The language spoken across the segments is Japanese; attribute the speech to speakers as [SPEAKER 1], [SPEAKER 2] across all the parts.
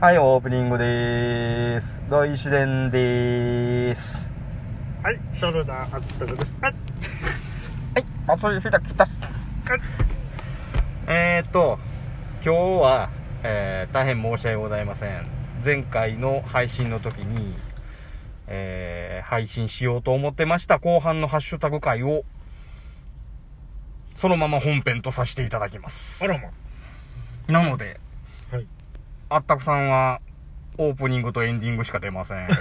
[SPEAKER 1] はい、オープニングでーす。大主連でーす。
[SPEAKER 2] はい、ショルダーあったです。あっ、
[SPEAKER 1] はい、松井ひらきです。
[SPEAKER 2] あっ、
[SPEAKER 1] えーっと、今日は、えー大変申し訳ございません。前回の配信の時に、えー配信しようと思ってました後半のハッシュタグ回を、そのまま本編とさせていただきます。
[SPEAKER 2] あらま。
[SPEAKER 1] なので、
[SPEAKER 2] はい。
[SPEAKER 1] あったくさんは、オープニングとエンディングしか出ませ ん。
[SPEAKER 2] ま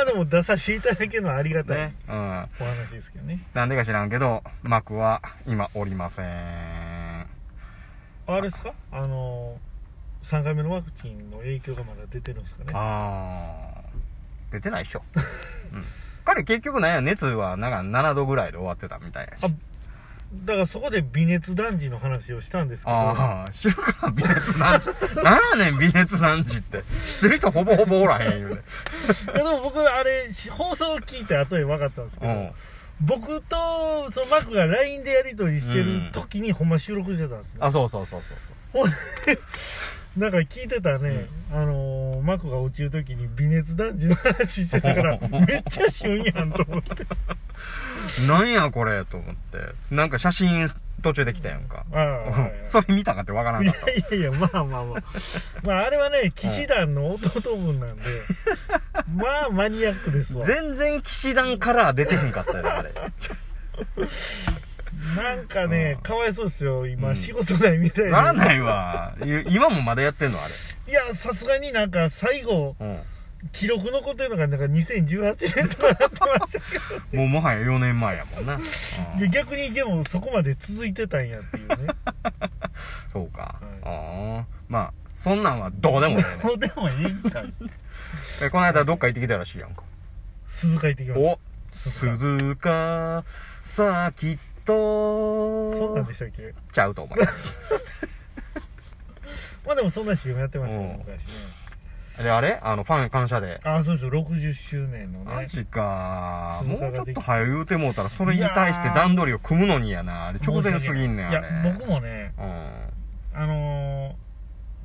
[SPEAKER 2] あでも出させていただけるのはありがたい、
[SPEAKER 1] ね。うん。
[SPEAKER 2] お話ですけどね。
[SPEAKER 1] なんでか知らんけど、幕は今おりません。
[SPEAKER 2] あれですかあのー、3回目のワクチンの影響がまだ出てるんですかね。
[SPEAKER 1] あー、出てないっしょ。 うん、彼結局なんや、熱はなんか7度ぐらいで終わってたみたいやし
[SPEAKER 2] あだからそこで微熱男児の話をしたんですけど、
[SPEAKER 1] あー、知るか、微熱何 時。なんやねん、微熱何時って。知ってる人ほぼほぼおらへん言 うて。
[SPEAKER 2] いやでも僕あれ、し放送を聞いた後に分かったんですけ
[SPEAKER 1] う
[SPEAKER 2] ど、
[SPEAKER 1] ん。
[SPEAKER 2] 僕とそのマックが LINE でやり取りしてる時にほんま収録してたんですね。
[SPEAKER 1] あ、そうそうそうそう
[SPEAKER 2] ほんで なんか聞いてたね、あのー、マクが落ちる時に微熱男児の話してた から、めっちゃ旬やんと思っ
[SPEAKER 1] そ
[SPEAKER 2] て。
[SPEAKER 1] う。なんやこれ、と思って。なんか写真途中で来たやんか。
[SPEAKER 2] ああ、はい
[SPEAKER 1] それ見たかってわから
[SPEAKER 2] はい
[SPEAKER 1] ん
[SPEAKER 2] い
[SPEAKER 1] かった。
[SPEAKER 2] やいやいや、まあまあまあ。まああれはね、騎士団の弟分なんで、まあマニアックですわ。
[SPEAKER 1] 全然騎士団カラー出てへんかったよ、あれ。
[SPEAKER 2] なんかね
[SPEAKER 1] う、ん
[SPEAKER 2] かわいそうですよ、
[SPEAKER 1] う
[SPEAKER 2] 今
[SPEAKER 1] ん
[SPEAKER 2] 仕事ないみたい
[SPEAKER 1] なら
[SPEAKER 2] な。
[SPEAKER 1] ないわ。い今もまだやってんのあれ。
[SPEAKER 2] いや、さすがになんか最後、
[SPEAKER 1] う
[SPEAKER 2] 記録残ってるのがなんか2018年とかなってました
[SPEAKER 1] ん。
[SPEAKER 2] けど。
[SPEAKER 1] もうもはや4年前やもんな。うん
[SPEAKER 2] いや逆にでもそこまで続いてたんやっていうね。
[SPEAKER 1] そうか。ああ。まあ、そんなんはどうでもいいね。
[SPEAKER 2] もうでもいいんかい。
[SPEAKER 1] えこの間どっか行ってきたらしいやんか。
[SPEAKER 2] 鈴鹿行ってきまし。
[SPEAKER 1] お鈴鹿、さあきった
[SPEAKER 2] そんなん
[SPEAKER 1] と
[SPEAKER 2] で、したっけ
[SPEAKER 1] ちゃうと思います。
[SPEAKER 2] まあでもそんな CM やってましたよ、
[SPEAKER 1] うん
[SPEAKER 2] 昔ね。
[SPEAKER 1] で、あれあの、ファン感謝で。
[SPEAKER 2] あ、そうそう、60周年の
[SPEAKER 1] マ
[SPEAKER 2] ね。
[SPEAKER 1] ジか。も
[SPEAKER 2] 鈴
[SPEAKER 1] う
[SPEAKER 2] 鹿が
[SPEAKER 1] ちょっ
[SPEAKER 2] でき
[SPEAKER 1] と早言うてもうたら、それに対して段取りを組むのにやな。あれ、直前すぎんねん、
[SPEAKER 2] い
[SPEAKER 1] あ
[SPEAKER 2] や
[SPEAKER 1] れ。、
[SPEAKER 2] 僕もね、
[SPEAKER 1] うん。
[SPEAKER 2] あのー、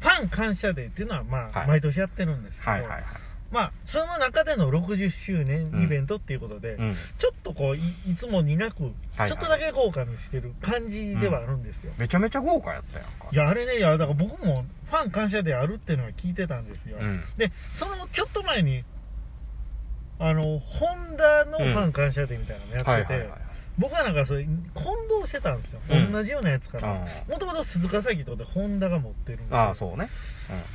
[SPEAKER 2] ファン感謝デーっていうのはま
[SPEAKER 1] は
[SPEAKER 2] あ、
[SPEAKER 1] い
[SPEAKER 2] 毎年やってるんですけど、
[SPEAKER 1] はいはいはい。
[SPEAKER 2] まあ、その中での60周年イベントっていうことで、
[SPEAKER 1] うん。
[SPEAKER 2] ちょっとこう、いいつもになく、
[SPEAKER 1] はい
[SPEAKER 2] ちょっとだけ豪華にしてる感じではあるんですよ。
[SPEAKER 1] めちゃめちゃ豪華やったやんか
[SPEAKER 2] い。や、あれね、いや、だから僕もファン感謝デーあるっていうのは聞いてたんですよ。
[SPEAKER 1] うん。
[SPEAKER 2] でそのちょっと前にあのホンダのファン感謝デーみたいなのや
[SPEAKER 1] はい
[SPEAKER 2] っ
[SPEAKER 1] は
[SPEAKER 2] てて、
[SPEAKER 1] いはい。
[SPEAKER 2] 僕はなんかそれ混同してたんですよ、
[SPEAKER 1] うん
[SPEAKER 2] 同じようなやつか
[SPEAKER 1] あ
[SPEAKER 2] らもともと鈴鹿サーキットでホンダが持ってるんで
[SPEAKER 1] ああ、そうね。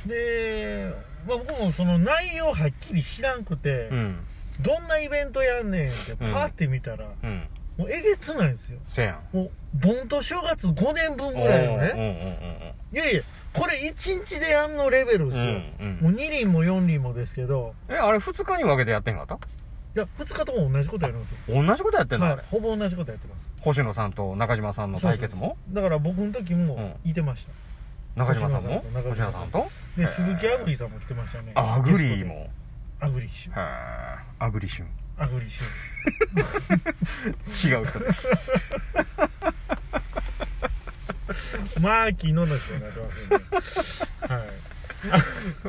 [SPEAKER 2] で、まあ、僕もその内容はっきり知らんくて、
[SPEAKER 1] うん。
[SPEAKER 2] どんなイベントやんねんってパーって見たら、
[SPEAKER 1] うん。
[SPEAKER 2] もうえげつないんですよ
[SPEAKER 1] せやん。
[SPEAKER 2] もう盆と正月5年分ぐらいのね
[SPEAKER 1] ね。
[SPEAKER 2] いやいやこれ1日でやんのレベル
[SPEAKER 1] う
[SPEAKER 2] で
[SPEAKER 1] ん
[SPEAKER 2] す
[SPEAKER 1] うんう
[SPEAKER 2] よ、
[SPEAKER 1] んうんう
[SPEAKER 2] も
[SPEAKER 1] ん。
[SPEAKER 2] う2輪も4輪もですけど
[SPEAKER 1] え、あれ2日に分けてやってんかった
[SPEAKER 2] いや2日とも同じことやるんですよ
[SPEAKER 1] 同じことやってんのあ
[SPEAKER 2] は
[SPEAKER 1] れ
[SPEAKER 2] い、。ほぼ同じことやってます
[SPEAKER 1] 星野さんと中島さんの対決も
[SPEAKER 2] だから僕の時もいてました、
[SPEAKER 1] 中島さんも
[SPEAKER 2] 星
[SPEAKER 1] 星
[SPEAKER 2] 野
[SPEAKER 1] 野
[SPEAKER 2] さ
[SPEAKER 1] さ
[SPEAKER 2] ん
[SPEAKER 1] ん
[SPEAKER 2] と
[SPEAKER 1] とへ
[SPEAKER 2] で
[SPEAKER 1] ー
[SPEAKER 2] 鈴木アグリさんも来てましたね
[SPEAKER 1] あアグリー
[SPEAKER 2] ゲ
[SPEAKER 1] も。
[SPEAKER 2] ストでアグリッシュ
[SPEAKER 1] へーアグリシュ
[SPEAKER 2] アグリッシュ
[SPEAKER 1] ン。違う人です。
[SPEAKER 2] マーキーのの人になってますよねはい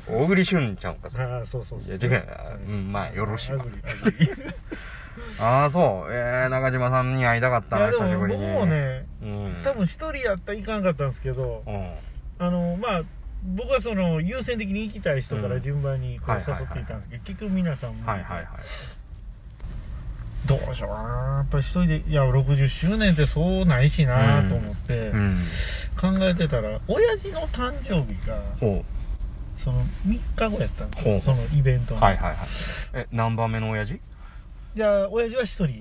[SPEAKER 1] 小栗旬ちゃうんか。それ
[SPEAKER 2] ああそうそうそう
[SPEAKER 1] いや違うなうんまあよろしいわ
[SPEAKER 2] アグリアグリい
[SPEAKER 1] ああ、そう。えー、中島さんに会いたかったな、
[SPEAKER 2] やで
[SPEAKER 1] 久し
[SPEAKER 2] も
[SPEAKER 1] ぶり
[SPEAKER 2] 僕
[SPEAKER 1] に。
[SPEAKER 2] もね
[SPEAKER 1] うん。
[SPEAKER 2] 多分一人やったらいかんかったんですけど
[SPEAKER 1] うん。
[SPEAKER 2] あのまあ僕はその優先的に行きたい人から順番にこう
[SPEAKER 1] うんはいはいはい
[SPEAKER 2] 誘っていたんですけど、結局皆さんも、
[SPEAKER 1] はいはいはい。
[SPEAKER 2] どうしようかなやっぱり一人でいや60周年ってそうないしなと思って
[SPEAKER 1] うん。
[SPEAKER 2] 考えてたら、親父の誕生日が
[SPEAKER 1] ほ
[SPEAKER 2] その3日後やったんです
[SPEAKER 1] ほ
[SPEAKER 2] よ
[SPEAKER 1] う
[SPEAKER 2] そのイベント
[SPEAKER 1] う。
[SPEAKER 2] の、
[SPEAKER 1] はいはいはい。え、何番目の親父
[SPEAKER 2] じゃあ親父 は一人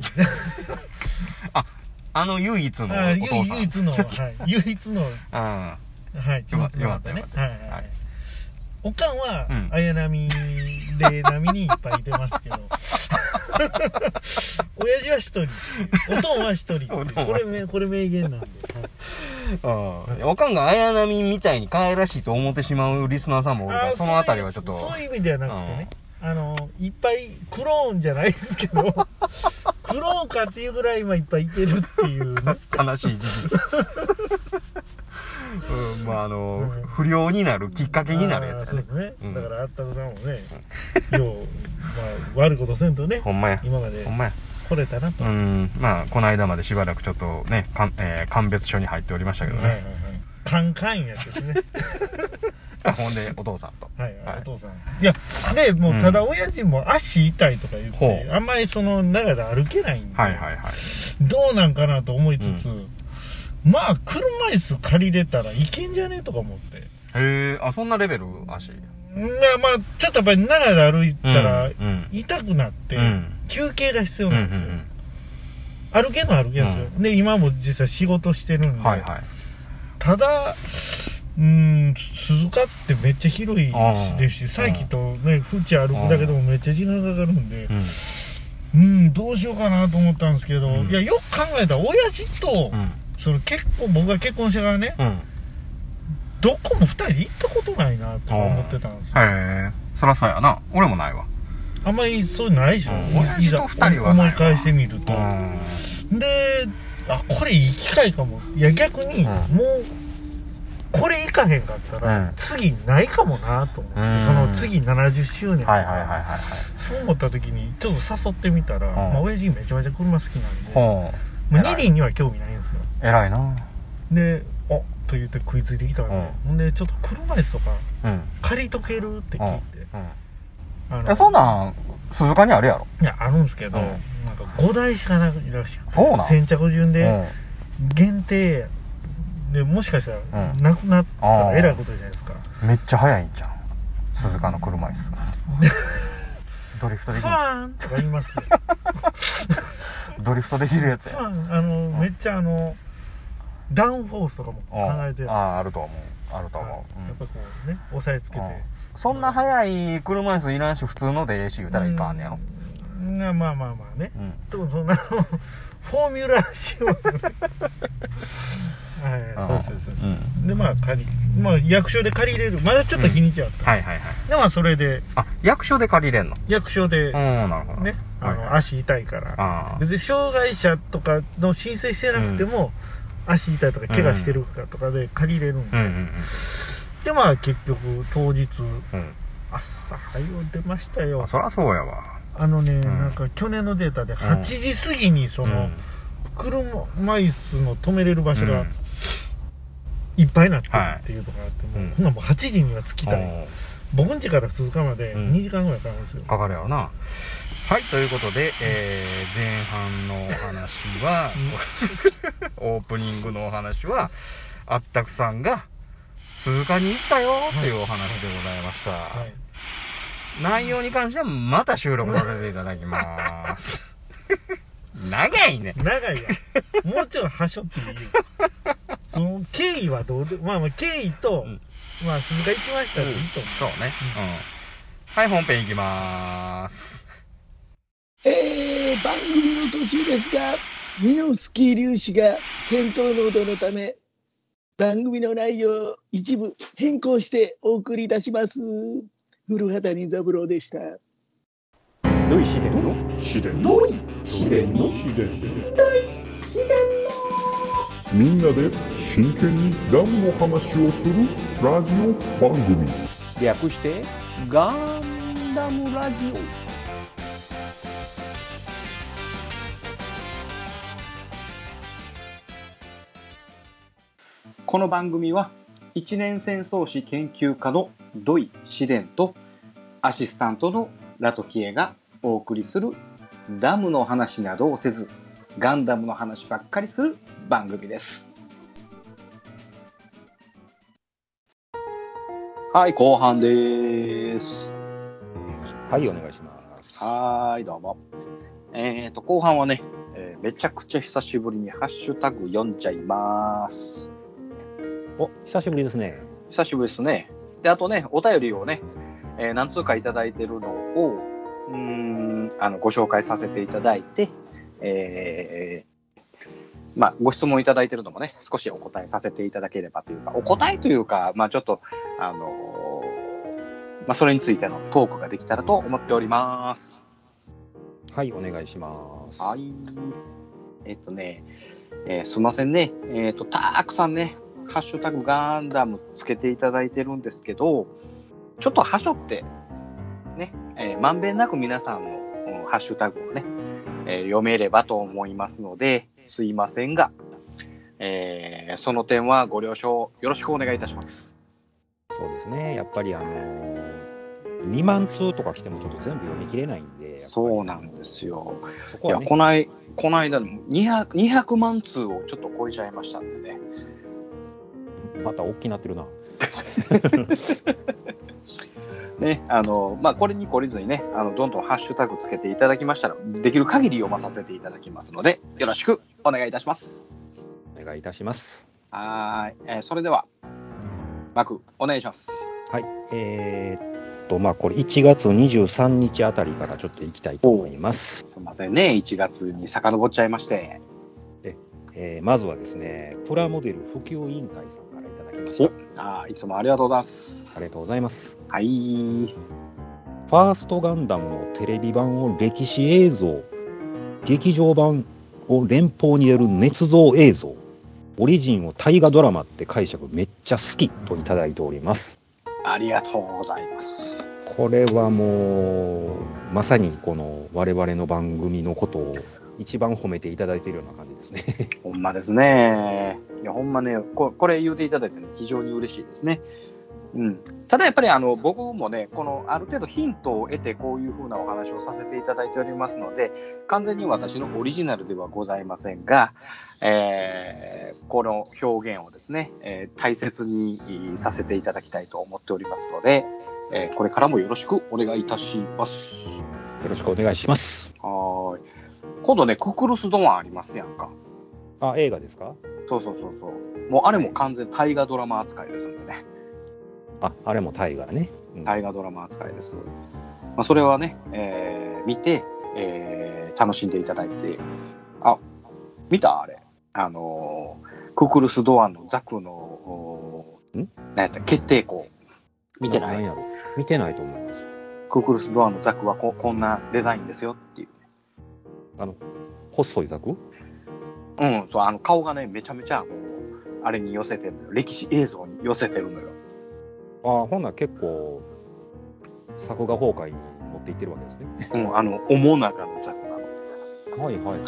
[SPEAKER 1] あの唯一の
[SPEAKER 2] あ
[SPEAKER 1] お
[SPEAKER 2] 唯
[SPEAKER 1] 父さん。
[SPEAKER 2] 唯一の、はい、唯一の
[SPEAKER 1] うん。
[SPEAKER 2] は
[SPEAKER 1] よかっ
[SPEAKER 2] い
[SPEAKER 1] た
[SPEAKER 2] 血のつながったね
[SPEAKER 1] よかった
[SPEAKER 2] はい
[SPEAKER 1] よかった
[SPEAKER 2] は
[SPEAKER 1] はい
[SPEAKER 2] いおかんは、
[SPEAKER 1] うん
[SPEAKER 2] 綾波霊並みにいっぱいいてます けど親父は一人おとんは一人っていう
[SPEAKER 1] おとんは
[SPEAKER 2] これめこれ名言なんで、はい
[SPEAKER 1] うんおかんが綾波みたいに可愛らしいと思ってしまうリスナーさんもおるから
[SPEAKER 2] ー
[SPEAKER 1] そのあたりはちょっと
[SPEAKER 2] そういうそういう意味ではなくてね、あのいっぱいクローンじゃないです けどクローンかって いうぐらい今いっぱいいてるっていうね
[SPEAKER 1] 悲しい事実うんまああの、
[SPEAKER 2] うん
[SPEAKER 1] 不良になるきっかけになるやつや
[SPEAKER 2] そう
[SPEAKER 1] ね
[SPEAKER 2] ですね、
[SPEAKER 1] うん
[SPEAKER 2] だからあったくさんもねよう、まあ、悪いことせんとね
[SPEAKER 1] ほんまや
[SPEAKER 2] 今まで
[SPEAKER 1] ほんまや
[SPEAKER 2] 来れたなと、
[SPEAKER 1] う
[SPEAKER 2] はい
[SPEAKER 1] んまあこの間までしばらくちょっとねかん、えー鑑別所に入っておりましたけど
[SPEAKER 2] はいはい
[SPEAKER 1] ね、
[SPEAKER 2] カンカンやつですね
[SPEAKER 1] ほんでお父さんと
[SPEAKER 2] はい、
[SPEAKER 1] はい
[SPEAKER 2] お父さんいやでも
[SPEAKER 1] う
[SPEAKER 2] うんただ親父も足痛いとか言って、
[SPEAKER 1] ほう
[SPEAKER 2] あんまりその長で歩けないんで、
[SPEAKER 1] はいはいはい
[SPEAKER 2] どうなんかなと思いつつ、まあ車椅子借りれたらいけんじゃねえとか思って
[SPEAKER 1] へえあそんなレベル足
[SPEAKER 2] まあまあちょっとやっぱり奈良で歩いたら
[SPEAKER 1] うんうん
[SPEAKER 2] 痛くなって、
[SPEAKER 1] うん
[SPEAKER 2] 休憩が必
[SPEAKER 1] う
[SPEAKER 2] 要
[SPEAKER 1] んう
[SPEAKER 2] なんですよ、
[SPEAKER 1] ん
[SPEAKER 2] 歩けんのは歩けんですよ、
[SPEAKER 1] う
[SPEAKER 2] で今も実際仕事してるん
[SPEAKER 1] う
[SPEAKER 2] で、
[SPEAKER 1] んはいはい
[SPEAKER 2] ただうーん鈴鹿ってめっちゃ広い
[SPEAKER 1] ああ
[SPEAKER 2] ですし佐伯とね府中歩くだけでもめっちゃ時間かかるんで
[SPEAKER 1] うん
[SPEAKER 2] うんどうしようかなと思ったんですけど、
[SPEAKER 1] うん
[SPEAKER 2] いやよく考えたら親父と、
[SPEAKER 1] うん
[SPEAKER 2] その結構僕が結婚してからね、
[SPEAKER 1] うん
[SPEAKER 2] どこも2人で行ったことないなとか思ってたんですよ、
[SPEAKER 1] へえそらそうやな俺もないわ
[SPEAKER 2] あんまりそういうのないでしょ、
[SPEAKER 1] うん親父と二人はないわ
[SPEAKER 2] 思い返してみる
[SPEAKER 1] う
[SPEAKER 2] と、
[SPEAKER 1] ん
[SPEAKER 2] であこれいい機会かもいや逆
[SPEAKER 1] う
[SPEAKER 2] に、
[SPEAKER 1] ん
[SPEAKER 2] もうこれいかへんかったら、
[SPEAKER 1] うん
[SPEAKER 2] 次ないかもなと思って、
[SPEAKER 1] うん
[SPEAKER 2] その次70周年、
[SPEAKER 1] はいはいはいはいはい
[SPEAKER 2] そう思った時にちょっと誘ってみたら、
[SPEAKER 1] ん
[SPEAKER 2] まあ、親父めちゃめちゃ車好きなんで、
[SPEAKER 1] ほう
[SPEAKER 2] まあ、二輪には興味ないんですよ
[SPEAKER 1] 偉いな
[SPEAKER 2] で「おと言って食いついてきたんで、
[SPEAKER 1] うん
[SPEAKER 2] ほんでちょっと車椅子とか
[SPEAKER 1] うん
[SPEAKER 2] 借りとけるって聞いて、
[SPEAKER 1] うん
[SPEAKER 2] あ
[SPEAKER 1] いやそんなん鈴鹿にあるやろ
[SPEAKER 2] いやあるんですけど、
[SPEAKER 1] うん
[SPEAKER 2] なんか5台しかないらしくて
[SPEAKER 1] そうなん
[SPEAKER 2] 先着順で、
[SPEAKER 1] うん
[SPEAKER 2] 限定でもしかしたら
[SPEAKER 1] うん
[SPEAKER 2] なくなった
[SPEAKER 1] あ
[SPEAKER 2] ら
[SPEAKER 1] ー
[SPEAKER 2] えらいことじゃないですか、
[SPEAKER 1] めっちゃ速いんじゃん鈴鹿の車 椅子ドリフトでき
[SPEAKER 2] フ
[SPEAKER 1] る
[SPEAKER 2] ァーンとか言いま すよ
[SPEAKER 1] ドリフトできるやつ
[SPEAKER 2] フ
[SPEAKER 1] や
[SPEAKER 2] ァンあのめっちゃあのダウンフォースとかも考えて
[SPEAKER 1] う
[SPEAKER 2] る
[SPEAKER 1] ん
[SPEAKER 2] やっ
[SPEAKER 1] あああると思うあると思う、うん
[SPEAKER 2] ぱこうね押さえつけ
[SPEAKER 1] う
[SPEAKER 2] て
[SPEAKER 1] んそんな速い車椅子いらんし普通のでええし言うたらいかんねやろ
[SPEAKER 2] うんまあまあまあまあね
[SPEAKER 1] うん
[SPEAKER 2] でもそんなフォーミュラー仕様の はいはいそうですそうです、
[SPEAKER 1] ん
[SPEAKER 2] でまあ借りまあ役所で借りれるまだちょっと日にちあった、
[SPEAKER 1] はいはいはい
[SPEAKER 2] でまあそれで
[SPEAKER 1] あ役所で借りれんの
[SPEAKER 2] 役所で
[SPEAKER 1] うんなるほど
[SPEAKER 2] ね、あ
[SPEAKER 1] はい
[SPEAKER 2] の
[SPEAKER 1] はい
[SPEAKER 2] 足痛いから
[SPEAKER 1] あ
[SPEAKER 2] 別に障害者とかの申請してなくても、足痛いとか怪我してるかとかで借りれるんで、
[SPEAKER 1] あうんうん
[SPEAKER 2] でまあ結局当日
[SPEAKER 1] うんうん
[SPEAKER 2] 朝早う出ました
[SPEAKER 1] あ
[SPEAKER 2] よ
[SPEAKER 1] そりゃそうやわ
[SPEAKER 2] あのね、
[SPEAKER 1] ん
[SPEAKER 2] なんか去年のデータで8時過ぎにそ
[SPEAKER 1] う
[SPEAKER 2] の、
[SPEAKER 1] ん
[SPEAKER 2] 車椅子の止めれる場所
[SPEAKER 1] う
[SPEAKER 2] が
[SPEAKER 1] ん
[SPEAKER 2] いっぱいになってるっていうとこがあって、もう
[SPEAKER 1] うん
[SPEAKER 2] ほんならもう8時には着きたい、
[SPEAKER 1] う
[SPEAKER 2] 僕ん家から鈴鹿まで
[SPEAKER 1] うん
[SPEAKER 2] 2時間ぐらいかかるんですよ、
[SPEAKER 1] んかかるやろなはいということで、えー前半のお話はオープニングのお話はあったくさんが鈴鹿に行ったよっていうお話でございました、
[SPEAKER 2] はい
[SPEAKER 1] 内容に関してはまた収録させていただきます 長いね
[SPEAKER 2] 長いわもうちょいはしょっていいよその経緯はどうでまあまあ経緯と、
[SPEAKER 1] うん
[SPEAKER 2] まあ鈴鹿行きましたっていいと思
[SPEAKER 1] そうねうんはい本編いきまーす
[SPEAKER 3] えー番組の途中ですが、ミノフスキー粒子が戦闘濃度のため、番組の内容を一部変更してお送りいたします。古畑任三郎でした。
[SPEAKER 4] どういう自然の自然の自然の自然
[SPEAKER 5] みんなで真剣にダムの話をするラジオ番組
[SPEAKER 4] 略してガンダムラジオこの番組は一年戦争史研究家の土井紫伝とアシスタントのラトキエがお送りするダムの話などをせずガンダムの話ばっかりする番組です。はい、後半です。
[SPEAKER 6] はい、お願いします。
[SPEAKER 4] はーい、どうも。えっ、と、後半はね、えーめちゃくちゃ久しぶりにハッシュタグ読んじゃいます。
[SPEAKER 6] お、久しぶりですね。
[SPEAKER 4] 久しぶりですね。で、あとね、お便りをね、えー何通かいただいてるのを、うーん、あの、ご紹介させていただいて、えーまあ、ご質問いただいてるのもね、少しお答えさせていただければというか、お答えというか、まあ、ちょっと、あのーまあ、それについてのトークができたらと思っております。
[SPEAKER 6] はい、お願いします。
[SPEAKER 4] はい。えっとね、えーすいませんね。えっと、たくさんね、ハッシュタグガンダムつけていただいてるんですけど、ちょっとはしょって、ね、えーまんべんなく皆さんのうんハッシュタグをね、えー読めればと思いますので、すいませんが、えーその点はご了承よろしくお願いいたします。
[SPEAKER 6] そうですね、やっぱりあの2万通とか来てもちょっと全部読み切れないんで、
[SPEAKER 4] そうなんですよ。
[SPEAKER 6] そ
[SPEAKER 4] い
[SPEAKER 6] こ
[SPEAKER 4] や、
[SPEAKER 6] は、ね、
[SPEAKER 4] こない、この間の200、200万通をちょっと超えちゃいましたんでね。
[SPEAKER 6] また大きなってるな。
[SPEAKER 4] ね、あの、まあ、これに懲りずにね、あの、どんどんハッシュタグつけていただきましたら、できる限り読まさせていただきますので、よろしくお願いいたします。
[SPEAKER 6] お願いいたします。
[SPEAKER 4] はーい、えーそれでは、マク、お願いします。
[SPEAKER 6] はい、えーっと、まあこれ1月23日あたりからちょっと行きたいと思います。
[SPEAKER 4] すみませんね、1月に遡っちゃいまして。
[SPEAKER 6] えーまずはですね、プラモデル普及委員会さんからいただきました。あ
[SPEAKER 4] あーいつもありがとうございます。
[SPEAKER 6] りがとうございます。
[SPEAKER 4] はい。
[SPEAKER 6] ファーストガンダムのテレビ版を歴史映像、劇場版を連邦による捏造映像、オリジンを大河ドラマって解釈めっちゃ好きといただいております。
[SPEAKER 4] ありがとうございます。
[SPEAKER 6] これはもう、まさにこの我々の番組のことを一番褒めていただいているような感じですね。
[SPEAKER 4] ほんまですね。いや、ほんまね、ここれ言うていただいて、ね、非常に嬉しいですね。うん、ただやっぱりあの僕もね、このある程度ヒントを得て、こういうふうなお話をさせていただいておりますので、完全に私のオリジナルではございませんが、えーこの表現をですね、えー大切にえーさせていただきたいと思っておりますので、えーこれからもよろしくお願いいたします。
[SPEAKER 6] よろしくお願いします。
[SPEAKER 4] はーい今度ね、ククルスドアンありますやんか。
[SPEAKER 6] あ、映画ですか
[SPEAKER 4] そうそうそうそう。もうあれも完全大河ドラマ扱いですんでね。
[SPEAKER 6] あ、あれも大河ね。うん
[SPEAKER 4] 大河ドラマ扱いです。まあ、それはね、えー見て、えー楽しんでいただいて。あ、見たあれ。あのーククルス・ドアンのザクの、おー
[SPEAKER 6] ん
[SPEAKER 4] 何やった決定校。見てな
[SPEAKER 6] なん
[SPEAKER 4] い。
[SPEAKER 6] やろ見てないと思います。
[SPEAKER 4] ククルス・ドアンのザクはここんなデザインですよっていう。
[SPEAKER 6] 細いザク
[SPEAKER 4] うん、そう、あの顔がね、めちゃめちゃ、もうあれに寄せてるのよ。歴史映像に寄せてるのよ。
[SPEAKER 6] あーほんなら結構作画崩壊に持っていってるわけですね。
[SPEAKER 4] うん、あの、おもなかのザクなの。
[SPEAKER 6] はいはいはい。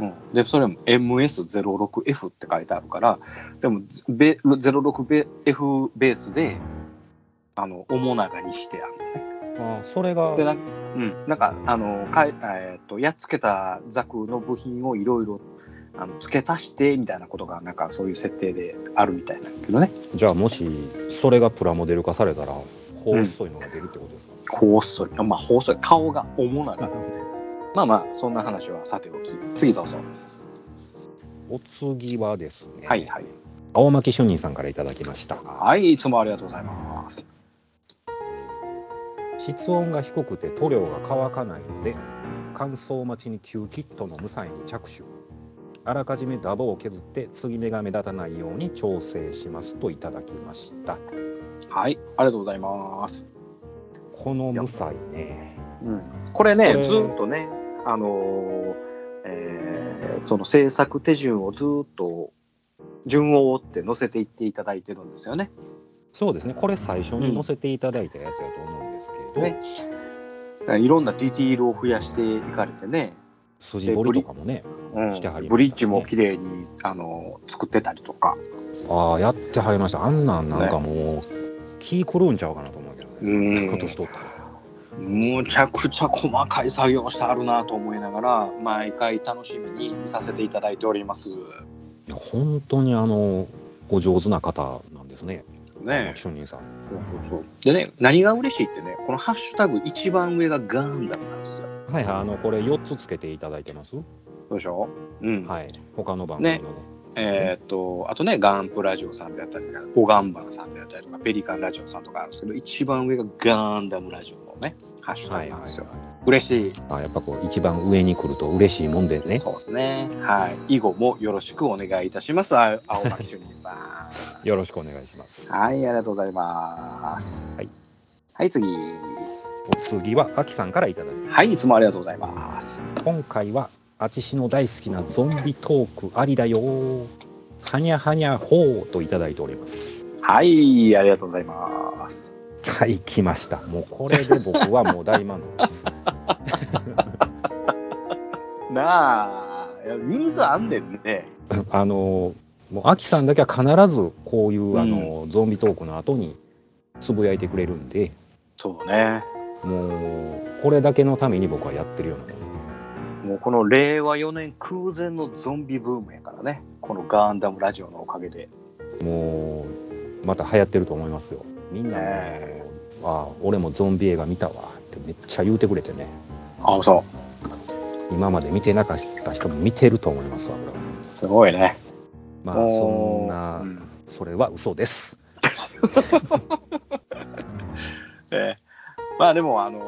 [SPEAKER 4] うん、でそれも MS06F って書いてあるからでもべ 06F ベースであの面長にしてある
[SPEAKER 6] あーそれが
[SPEAKER 4] でなん,、うん、なんかあのかい、えーっとやっつけたザクの部品をいろいろあの付け足してみたいなことがなんかそういう設定であるみたいなんだけどね
[SPEAKER 6] じゃあもしそれがプラモデル化されたら細いのが出るってことですか、
[SPEAKER 4] ほうそりまあほうそり顔が面長まあまあそんな話はさておき次どうぞ
[SPEAKER 6] お次はですね、
[SPEAKER 4] はいはい
[SPEAKER 6] 青巻主任さんからいただきました。
[SPEAKER 4] はいいつもありがとうございます
[SPEAKER 6] 室温が低くて塗料が乾かないので乾燥待ちに旧キットの無彩に着手あらかじめダボを削って継ぎ目が目立たないように調整しますといただきました
[SPEAKER 4] はいありがとうございます
[SPEAKER 6] この無彩ね
[SPEAKER 4] これね、
[SPEAKER 6] これ
[SPEAKER 4] ずーっとね、あのーえーその制作手順をずーっと順を追って載せていっていただいてるんですよね。
[SPEAKER 6] そうですねこれ最初に載せていただいたやつだと思うんですけど、
[SPEAKER 4] ねだからいろんなディティールを増やしていかれてね、
[SPEAKER 6] 筋彫りとかもね
[SPEAKER 4] うん
[SPEAKER 6] してはりましたね
[SPEAKER 4] ブリッジも綺麗にあのー作ってたりとか、
[SPEAKER 6] ああやってはりましたあんなんなんかもう気狂うんちゃうかなと思うけどね、
[SPEAKER 4] うん
[SPEAKER 6] 今年とったら
[SPEAKER 4] むちゃくちゃ細かい作業をしてあるなと思いながら、毎回楽しみに見させていただいております。
[SPEAKER 6] いや本当にあのお上手な方なんですね青
[SPEAKER 4] ね
[SPEAKER 6] 巻主任さん
[SPEAKER 4] でね、何が嬉しいってね、このハッシュタグ一番上がガンダムなんですよ。
[SPEAKER 6] はいはいあのこれ4つつけていただいてます
[SPEAKER 4] そうでしょうん。
[SPEAKER 6] はい他の番組のね
[SPEAKER 4] えーっと、あとね、ガンプラジオさんであったりとか、オガンバンさんであったりとか、ペリカンラジオさんとかあるんですけど、一番上がガンダムラジオのね、ハッシュタ
[SPEAKER 6] は
[SPEAKER 4] グ
[SPEAKER 6] い
[SPEAKER 4] なん
[SPEAKER 6] はい
[SPEAKER 4] ですよ。
[SPEAKER 6] は
[SPEAKER 4] 嬉しい。
[SPEAKER 6] いあやっぱこう一番上に来ると嬉しいもんでね
[SPEAKER 4] そうですね。はい。以後もよろしくお願いいたします。あ青巻主任 さ
[SPEAKER 6] よろしくお願いします
[SPEAKER 4] ん。はい、ありがとうございます。
[SPEAKER 6] はい。
[SPEAKER 4] はい、次。
[SPEAKER 6] お次はアキさんからいただきま
[SPEAKER 4] はい、いつもありがとうございます。
[SPEAKER 6] す今回はあちしの大好きなゾンビトークありだよはにゃはにゃほうといただいております。
[SPEAKER 4] はい、ありがとうございます。
[SPEAKER 6] はい、来ました。もうこれで僕はもう大満足 です。
[SPEAKER 4] なあ、いやニーズあんねんね。
[SPEAKER 6] あのもうアキさんだけは必ずこういうあの、ゾンビトークの後につぶやいてくれるんで、
[SPEAKER 4] そうね。
[SPEAKER 6] もうこれだけのために僕はやってるようなもんです。
[SPEAKER 4] もうこの令和4年空前のゾンビブームやからね。このガンダムラジオのおかげで。
[SPEAKER 6] もうまた流行ってると思いますよ。みんなもう、
[SPEAKER 4] ね
[SPEAKER 6] ああ俺もゾンビ映画見たわってめっちゃ言うてくれてね。
[SPEAKER 4] あ、そ
[SPEAKER 6] 今まで見てなかった人も見てると思いますわこれは
[SPEAKER 4] う。すごいね。
[SPEAKER 6] まあそ
[SPEAKER 4] お
[SPEAKER 6] ん
[SPEAKER 4] ー
[SPEAKER 6] な、
[SPEAKER 4] うん
[SPEAKER 6] それは嘘です。
[SPEAKER 4] えーまあでも、あの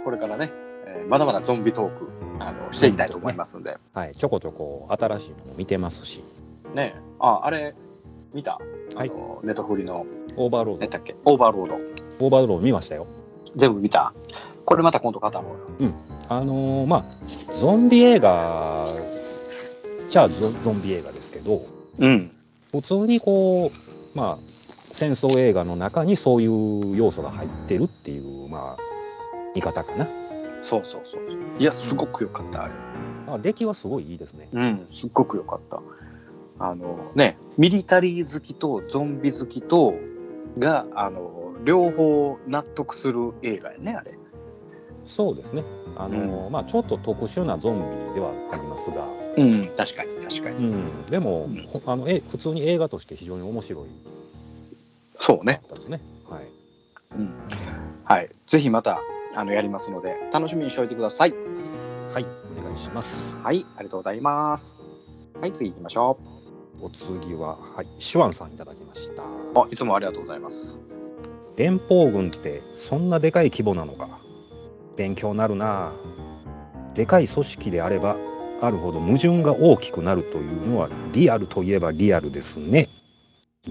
[SPEAKER 4] ーこれからね、えーまだまだゾンビトーク、あのしていきたいと思いますんで。
[SPEAKER 6] はい、ちょこちょこ新しいのも見てますし、
[SPEAKER 4] ねあ、あれ、見たあ
[SPEAKER 6] はい
[SPEAKER 4] の、ネットフリの、
[SPEAKER 6] オーバーロー
[SPEAKER 4] 何だっけ、オーバーロード。
[SPEAKER 6] ド、オーバーロード見ましたよ。
[SPEAKER 4] 全部見たこれまた今度語ろうよ。
[SPEAKER 6] あのーまあゾンビ映画じゃあゾゾンビ映画ですけど
[SPEAKER 4] うん。
[SPEAKER 6] 普通にこうまあ戦争映画の中にそういう要素が入ってるっていうまあ見方かな、
[SPEAKER 4] そうそうそう。いや、すごく良かった、あれ。
[SPEAKER 6] まあ、出来はすごいいいですね
[SPEAKER 4] うん、すっごく良かった。あのね、ミリタリー好きとゾンビ好きとが、あの、両方納得する映画やね、あれ。
[SPEAKER 6] そうですねあのーまあちょっと特殊なゾンビではありますが、
[SPEAKER 4] うん、確かに、確か
[SPEAKER 6] う
[SPEAKER 4] に。
[SPEAKER 6] ん、でも、
[SPEAKER 4] うん
[SPEAKER 6] あのえ普通に映画として非常に面白い
[SPEAKER 4] そうね。
[SPEAKER 6] ですねはい
[SPEAKER 4] うん。はい。ぜひまた、あの、やりますので、楽しみにしておいてください。
[SPEAKER 6] はいお願いします
[SPEAKER 4] はい、ありがとうございます。はい、次行きましょ
[SPEAKER 6] お次は、はい、シュワンさんいただきました
[SPEAKER 4] う。あ、いつもありがとうございます。
[SPEAKER 6] 連邦軍ってそんなでかい規模なのか勉強なるなあでかい組織であればあるほど矛盾が大きくなるというのはリアルといえばリアルですね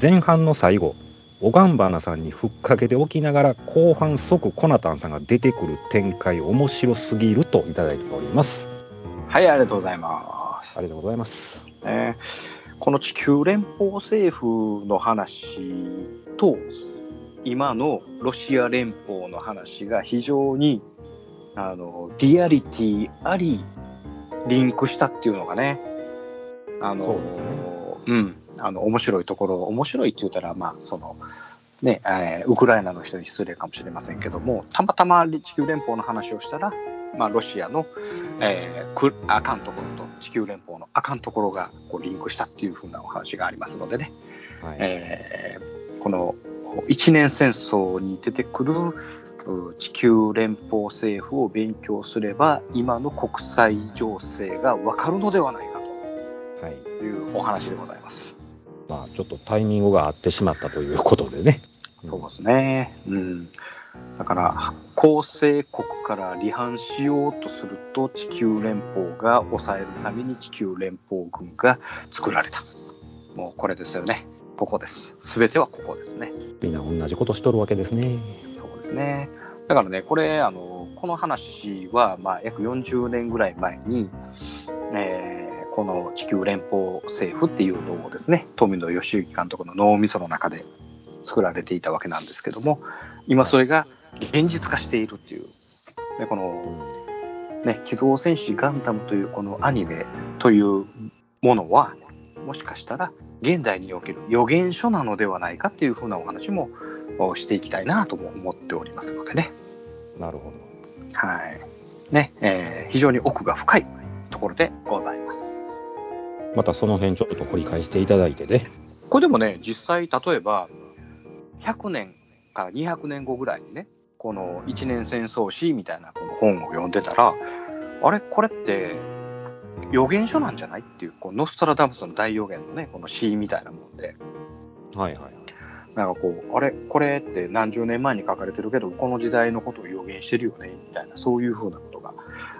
[SPEAKER 6] 前半の最後オガンバナさんにふっかけておきながら後半即コナタンさんが出てくる展開面白すぎるといただいております
[SPEAKER 4] はい、ありがとうございます。
[SPEAKER 6] ありがとうございます
[SPEAKER 4] ね、この地球連邦政府の話と今のロシア連邦の話が非常にあのリアリティありリンクしたっていうのがねあの
[SPEAKER 6] そうですね
[SPEAKER 4] うん、あの面白いところ面白いって言ったらまあそのねえーウクライナの人に失礼かもしれませんけどもたまたま地球連邦の話をしたら、まあ、ロシアのえーくあかんところと地球連邦のあかんところがこうリンクしたっていうふうなお話がありますのでね、
[SPEAKER 6] はい、
[SPEAKER 4] えーこの一年戦争に出てくるう地球連邦政府を勉強すれば今の国際情勢がわかるのではないか
[SPEAKER 6] はい、
[SPEAKER 4] というお話でございます。
[SPEAKER 6] まあちょっとタイミングが合ってしまったということでね
[SPEAKER 4] そうですね、うん、だから構成国から離反しようとすると地球連邦が抑えるために地球連邦軍が作られたもうこれですよねここです全てはここですね
[SPEAKER 6] みんな同じことしとるわけですね
[SPEAKER 4] そうですねだからねこれあのこの話は、まあ、約40年ぐらい前に、えーこの地球連邦政府っていうのをですね富野義行監督の脳みその中で作られていたわけなんですけども今それが現実化しているっていうでこのね、機動戦士ガンダムというこのアニメというものは、もしかしたら現代における予言書なのではないかっていうふうなお話もおしていきたいなとも思っておりますのでね。
[SPEAKER 6] なるほど
[SPEAKER 4] はい。ね、えー非常に奥が深いところでございます。
[SPEAKER 6] またその辺ちょっと掘り返していただいてね。
[SPEAKER 4] これでもね、実際例えば、100年から200年後ぐらいにね、この一年戦争史みたいなこの本を読んでたら、あれこれって予言書なんじゃないっていう、こうノストラダムスの大予言のね、この詩みたいなもんで、
[SPEAKER 6] はいはい。
[SPEAKER 4] なんかこう、あれこれって何十年前に書かれてるけど、この時代のことを予言してるよね、みたいな、そういうふうなことが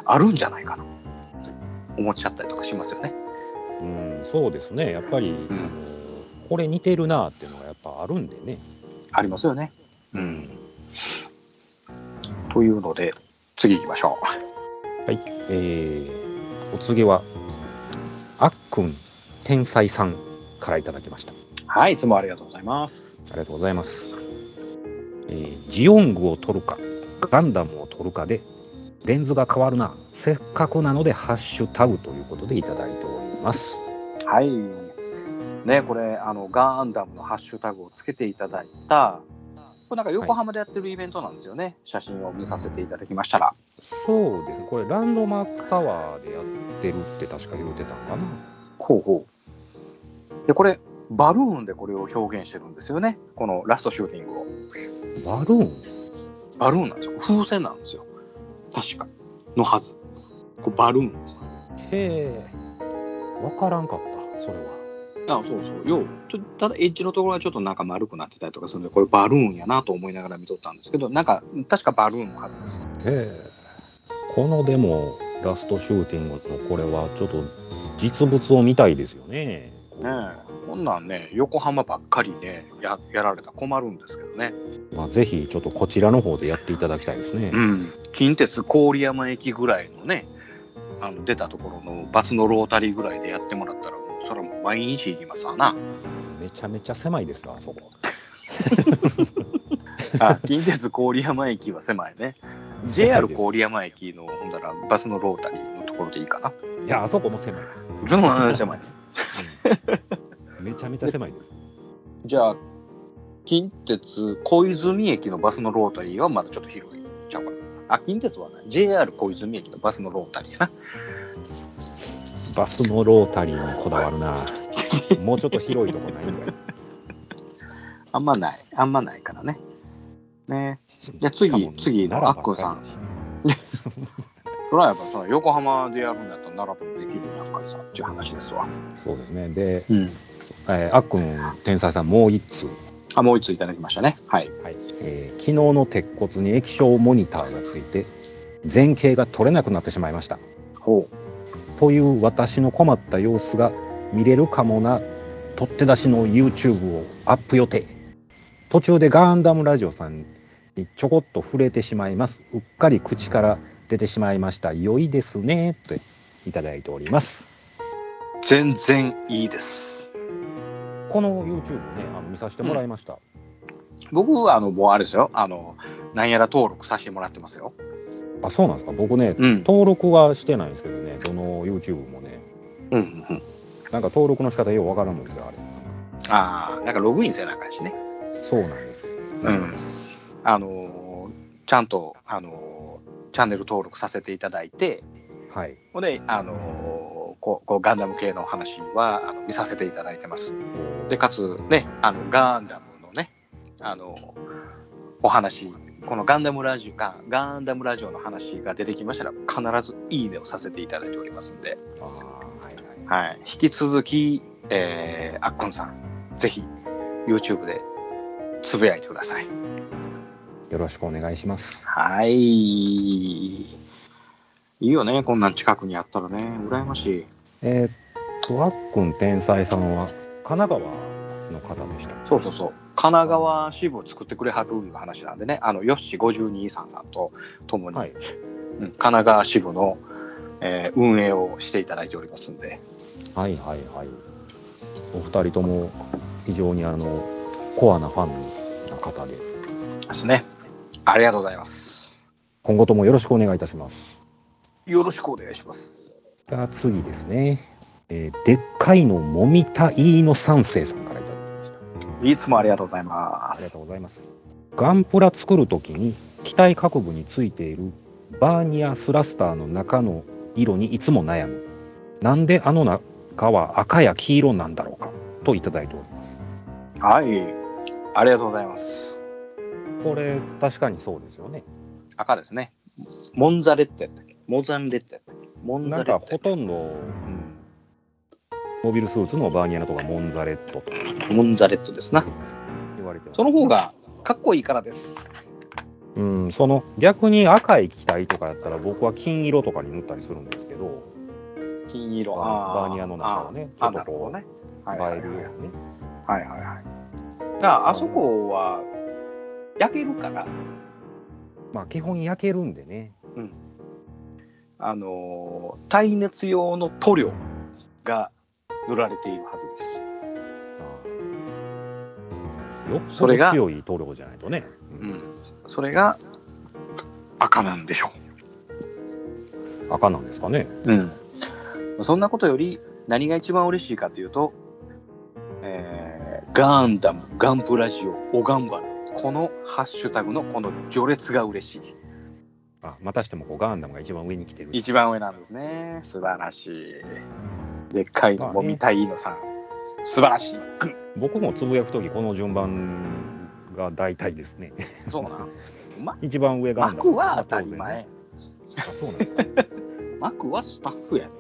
[SPEAKER 4] あるんじゃないかな、と思っちゃったりとかしますよね。
[SPEAKER 6] うん、そうですね。やっぱり、あのこれ似てるなっていうのがやっぱあるんでね。
[SPEAKER 4] ありますよね。うん。というので、次行きましょう。
[SPEAKER 6] えー、お次は、あっくん、天才さんからいただきました。
[SPEAKER 4] はい、いつもありがとうございます。
[SPEAKER 6] ありがとうございます。えージオングを取るか、ガンダムを取るかで、レンズが変わるな。せっかくなので、ハッシュタグということでいただいております。
[SPEAKER 4] はい。ね、これ、あの、ガンダムのハッシュタグをつけていただいた、これなんか横浜でやってるイベントなんですよね。写真を見させていただきましたら。
[SPEAKER 6] そうですね、これ、ランドマークタワーでやってるって確か言うてたのかな。
[SPEAKER 4] ほうほう。で、これ、バルーンでこれを表現してるんですよね。このラストシューティングを。
[SPEAKER 6] バルーン
[SPEAKER 4] バルーンなんですよ。風船なんですよ。確か。のはず。これバルーンです。
[SPEAKER 6] へえ、わからんかった、それは。
[SPEAKER 4] あそうそう。ようちょただエッジのところがちょっとなんか丸くなってたりとかするんで、これバルーンやなと思いながら見とったんですけど、なんか、確かバルーンのはずです。
[SPEAKER 6] へえこのでもラストシューティングのこれはちょっと実物を見たいですよね。
[SPEAKER 4] ねえ。こんなんね、横浜ばっかりね、ややられたら困るんですけどね。
[SPEAKER 6] まあ、ぜひちょっとこちらの方でやっていただきたいですね。
[SPEAKER 4] うん。近鉄郡山駅ぐらいのね、あの出たところのバスのロータリーぐらいでやってもらったら、もうそれはもう毎日行きますわな。
[SPEAKER 6] めちゃめちゃ狭いですな、あそこ。
[SPEAKER 4] あ近鉄郡山駅は狭い ね。JR 郡山駅の、ほんだらバスのロータリーのところでいいかな。
[SPEAKER 6] いや、あそこも狭いです。
[SPEAKER 4] ズボン狭い。
[SPEAKER 6] めちゃめちゃ狭いです。
[SPEAKER 4] じゃあ、近鉄小泉駅のバスのロータリーはまだちょっと広い。じゃうかなあ、近鉄はない。JR 小泉駅のバスのロータリーやな。
[SPEAKER 6] バスのロータリーにこだわるな。もうちょっと広いとこないんだよ。
[SPEAKER 4] あんまない。あんまないからね。ねじゃあ次、次のあっくんさん。それはやっぱその横浜でやるんだったら奈良でできるやんかいさっていう話ですわ。
[SPEAKER 6] そうですね。で、
[SPEAKER 4] うん。
[SPEAKER 6] えーあっくん、天才さん、もう一通。
[SPEAKER 4] あ、もう一ついただきましたね。はい。
[SPEAKER 6] はいえー昨日の鉄骨に液晶モニターがついて前景が取れなくなってしまいました
[SPEAKER 4] ほう。
[SPEAKER 6] という私の困った様子が見れるかもな取って出しの YouTube をアップ予定途中でガンダムラジオさんにちょこっと触れてしまいますうっかり口から出てしまいました良いですねといただいております
[SPEAKER 4] 全然いいです。
[SPEAKER 6] この YouTube ねあの見させてもらいました、
[SPEAKER 4] 僕はあの、もうあれですよ。あの、なんやら登録させてもらってますよ。
[SPEAKER 6] あそうなんですか僕ね
[SPEAKER 4] うん。
[SPEAKER 6] 登録はしてないんですけどねどの YouTube もね
[SPEAKER 4] うんうんうん。
[SPEAKER 6] なんか登録の仕方ようわからんもんですよあれ
[SPEAKER 4] ああ、なんかログインせなあかんしね。
[SPEAKER 6] そうなんです。
[SPEAKER 4] うん。あのーちゃんと、あのーチャンネル登録させていただいて、
[SPEAKER 6] はい。
[SPEAKER 4] ほんで、あのーこうこうガンダム系の話はあの見させていただいてます。で、かつ、ね、あのガンダムのね、あのーお話、このガンダムラジオが、ガンダムラジオの話が出てきましたら、必ずいいねをさせていただいておりますんで、
[SPEAKER 6] ああ、はいは
[SPEAKER 4] は
[SPEAKER 6] い。
[SPEAKER 4] い、引き続き、えー、あっくんさん、ぜひ、YouTube でつぶやいてください。
[SPEAKER 6] よろしくお願いします。
[SPEAKER 4] はい。いいよね、こんなん近くにあったらね、羨ましい。
[SPEAKER 6] えー、っと、あっくん天才さんは神奈川の方でした。
[SPEAKER 4] そうそうそう。神奈川支部を作ってくれはるいう話なんでね、あの、ヨッシ52さんさんと共に、
[SPEAKER 6] はい
[SPEAKER 4] うん神奈川支部の、えー運営をしていただいておりますんで、
[SPEAKER 6] はいはいはい。お二人とも非常にあのコアなファンな方で、
[SPEAKER 4] ですね。ありがとうございます。
[SPEAKER 6] 今後ともよろしくお願いいたします。
[SPEAKER 4] よろしくお願いします。
[SPEAKER 6] じゃあ次ですね。えーでっかいのもみたいの三世さんからいただきました。
[SPEAKER 4] いつもありがとうございま
[SPEAKER 6] ありがと
[SPEAKER 4] す。
[SPEAKER 6] うございます。ガンプラ作るときに機体各部についているバーニアスラスターの中の色にいつも悩む。なんであの中は赤や黄色なんだろうかといただいております。
[SPEAKER 4] はい。ありがとうございます。
[SPEAKER 6] これ確かにそうですよね。
[SPEAKER 4] 赤ですね。モンザレットやったっけモザンレッドやったっけモンザレ
[SPEAKER 6] なん
[SPEAKER 4] ッドや
[SPEAKER 6] か
[SPEAKER 4] ったっけ
[SPEAKER 6] ほとんど、うんモビルスーツのバーニアのとかモンザレットと
[SPEAKER 4] モンザレットですな。
[SPEAKER 6] 言われてます。
[SPEAKER 4] その方がかっこいいからです。
[SPEAKER 6] うん、その逆に赤い機体とかやったら僕は金色とかに塗ったりするんですけど、
[SPEAKER 4] 金色。
[SPEAKER 6] バ
[SPEAKER 4] あ
[SPEAKER 6] ーニアの中をね
[SPEAKER 4] あーあ
[SPEAKER 6] ちょ
[SPEAKER 4] なる
[SPEAKER 6] っとこ
[SPEAKER 4] ほ
[SPEAKER 6] う
[SPEAKER 4] どね。
[SPEAKER 6] 映
[SPEAKER 4] はいはいは
[SPEAKER 6] え
[SPEAKER 4] い
[SPEAKER 6] るようにね。
[SPEAKER 4] はいはいはい。だからあそこは焼けるから、
[SPEAKER 6] まあ基本焼けるんでね。
[SPEAKER 4] あのー耐熱用の塗料が塗られているはずです。
[SPEAKER 6] よっぽ
[SPEAKER 4] それ
[SPEAKER 6] ど
[SPEAKER 4] が
[SPEAKER 6] 強い塗料じゃないとね。
[SPEAKER 4] うん、それが赤なんでしょ
[SPEAKER 6] 赤なんですかね。
[SPEAKER 4] う、うん、そんなことより何が一番嬉しいかというと、えーガンダムガンプラジオおがんばるこのハッシュタグのこの序列が嬉しい
[SPEAKER 6] あまたしてもこうガンダムが一番上に来てる。
[SPEAKER 4] 一番上なんですね素晴らしいでっかいのも見たいのさん素晴らしいグッ
[SPEAKER 6] 僕もつぶやくときこの順番が大体ですね。
[SPEAKER 4] そうなん
[SPEAKER 6] 一番上ガンダム。
[SPEAKER 4] 幕は当たり前
[SPEAKER 6] あ。そうなんです
[SPEAKER 4] 幕はスタッフやねん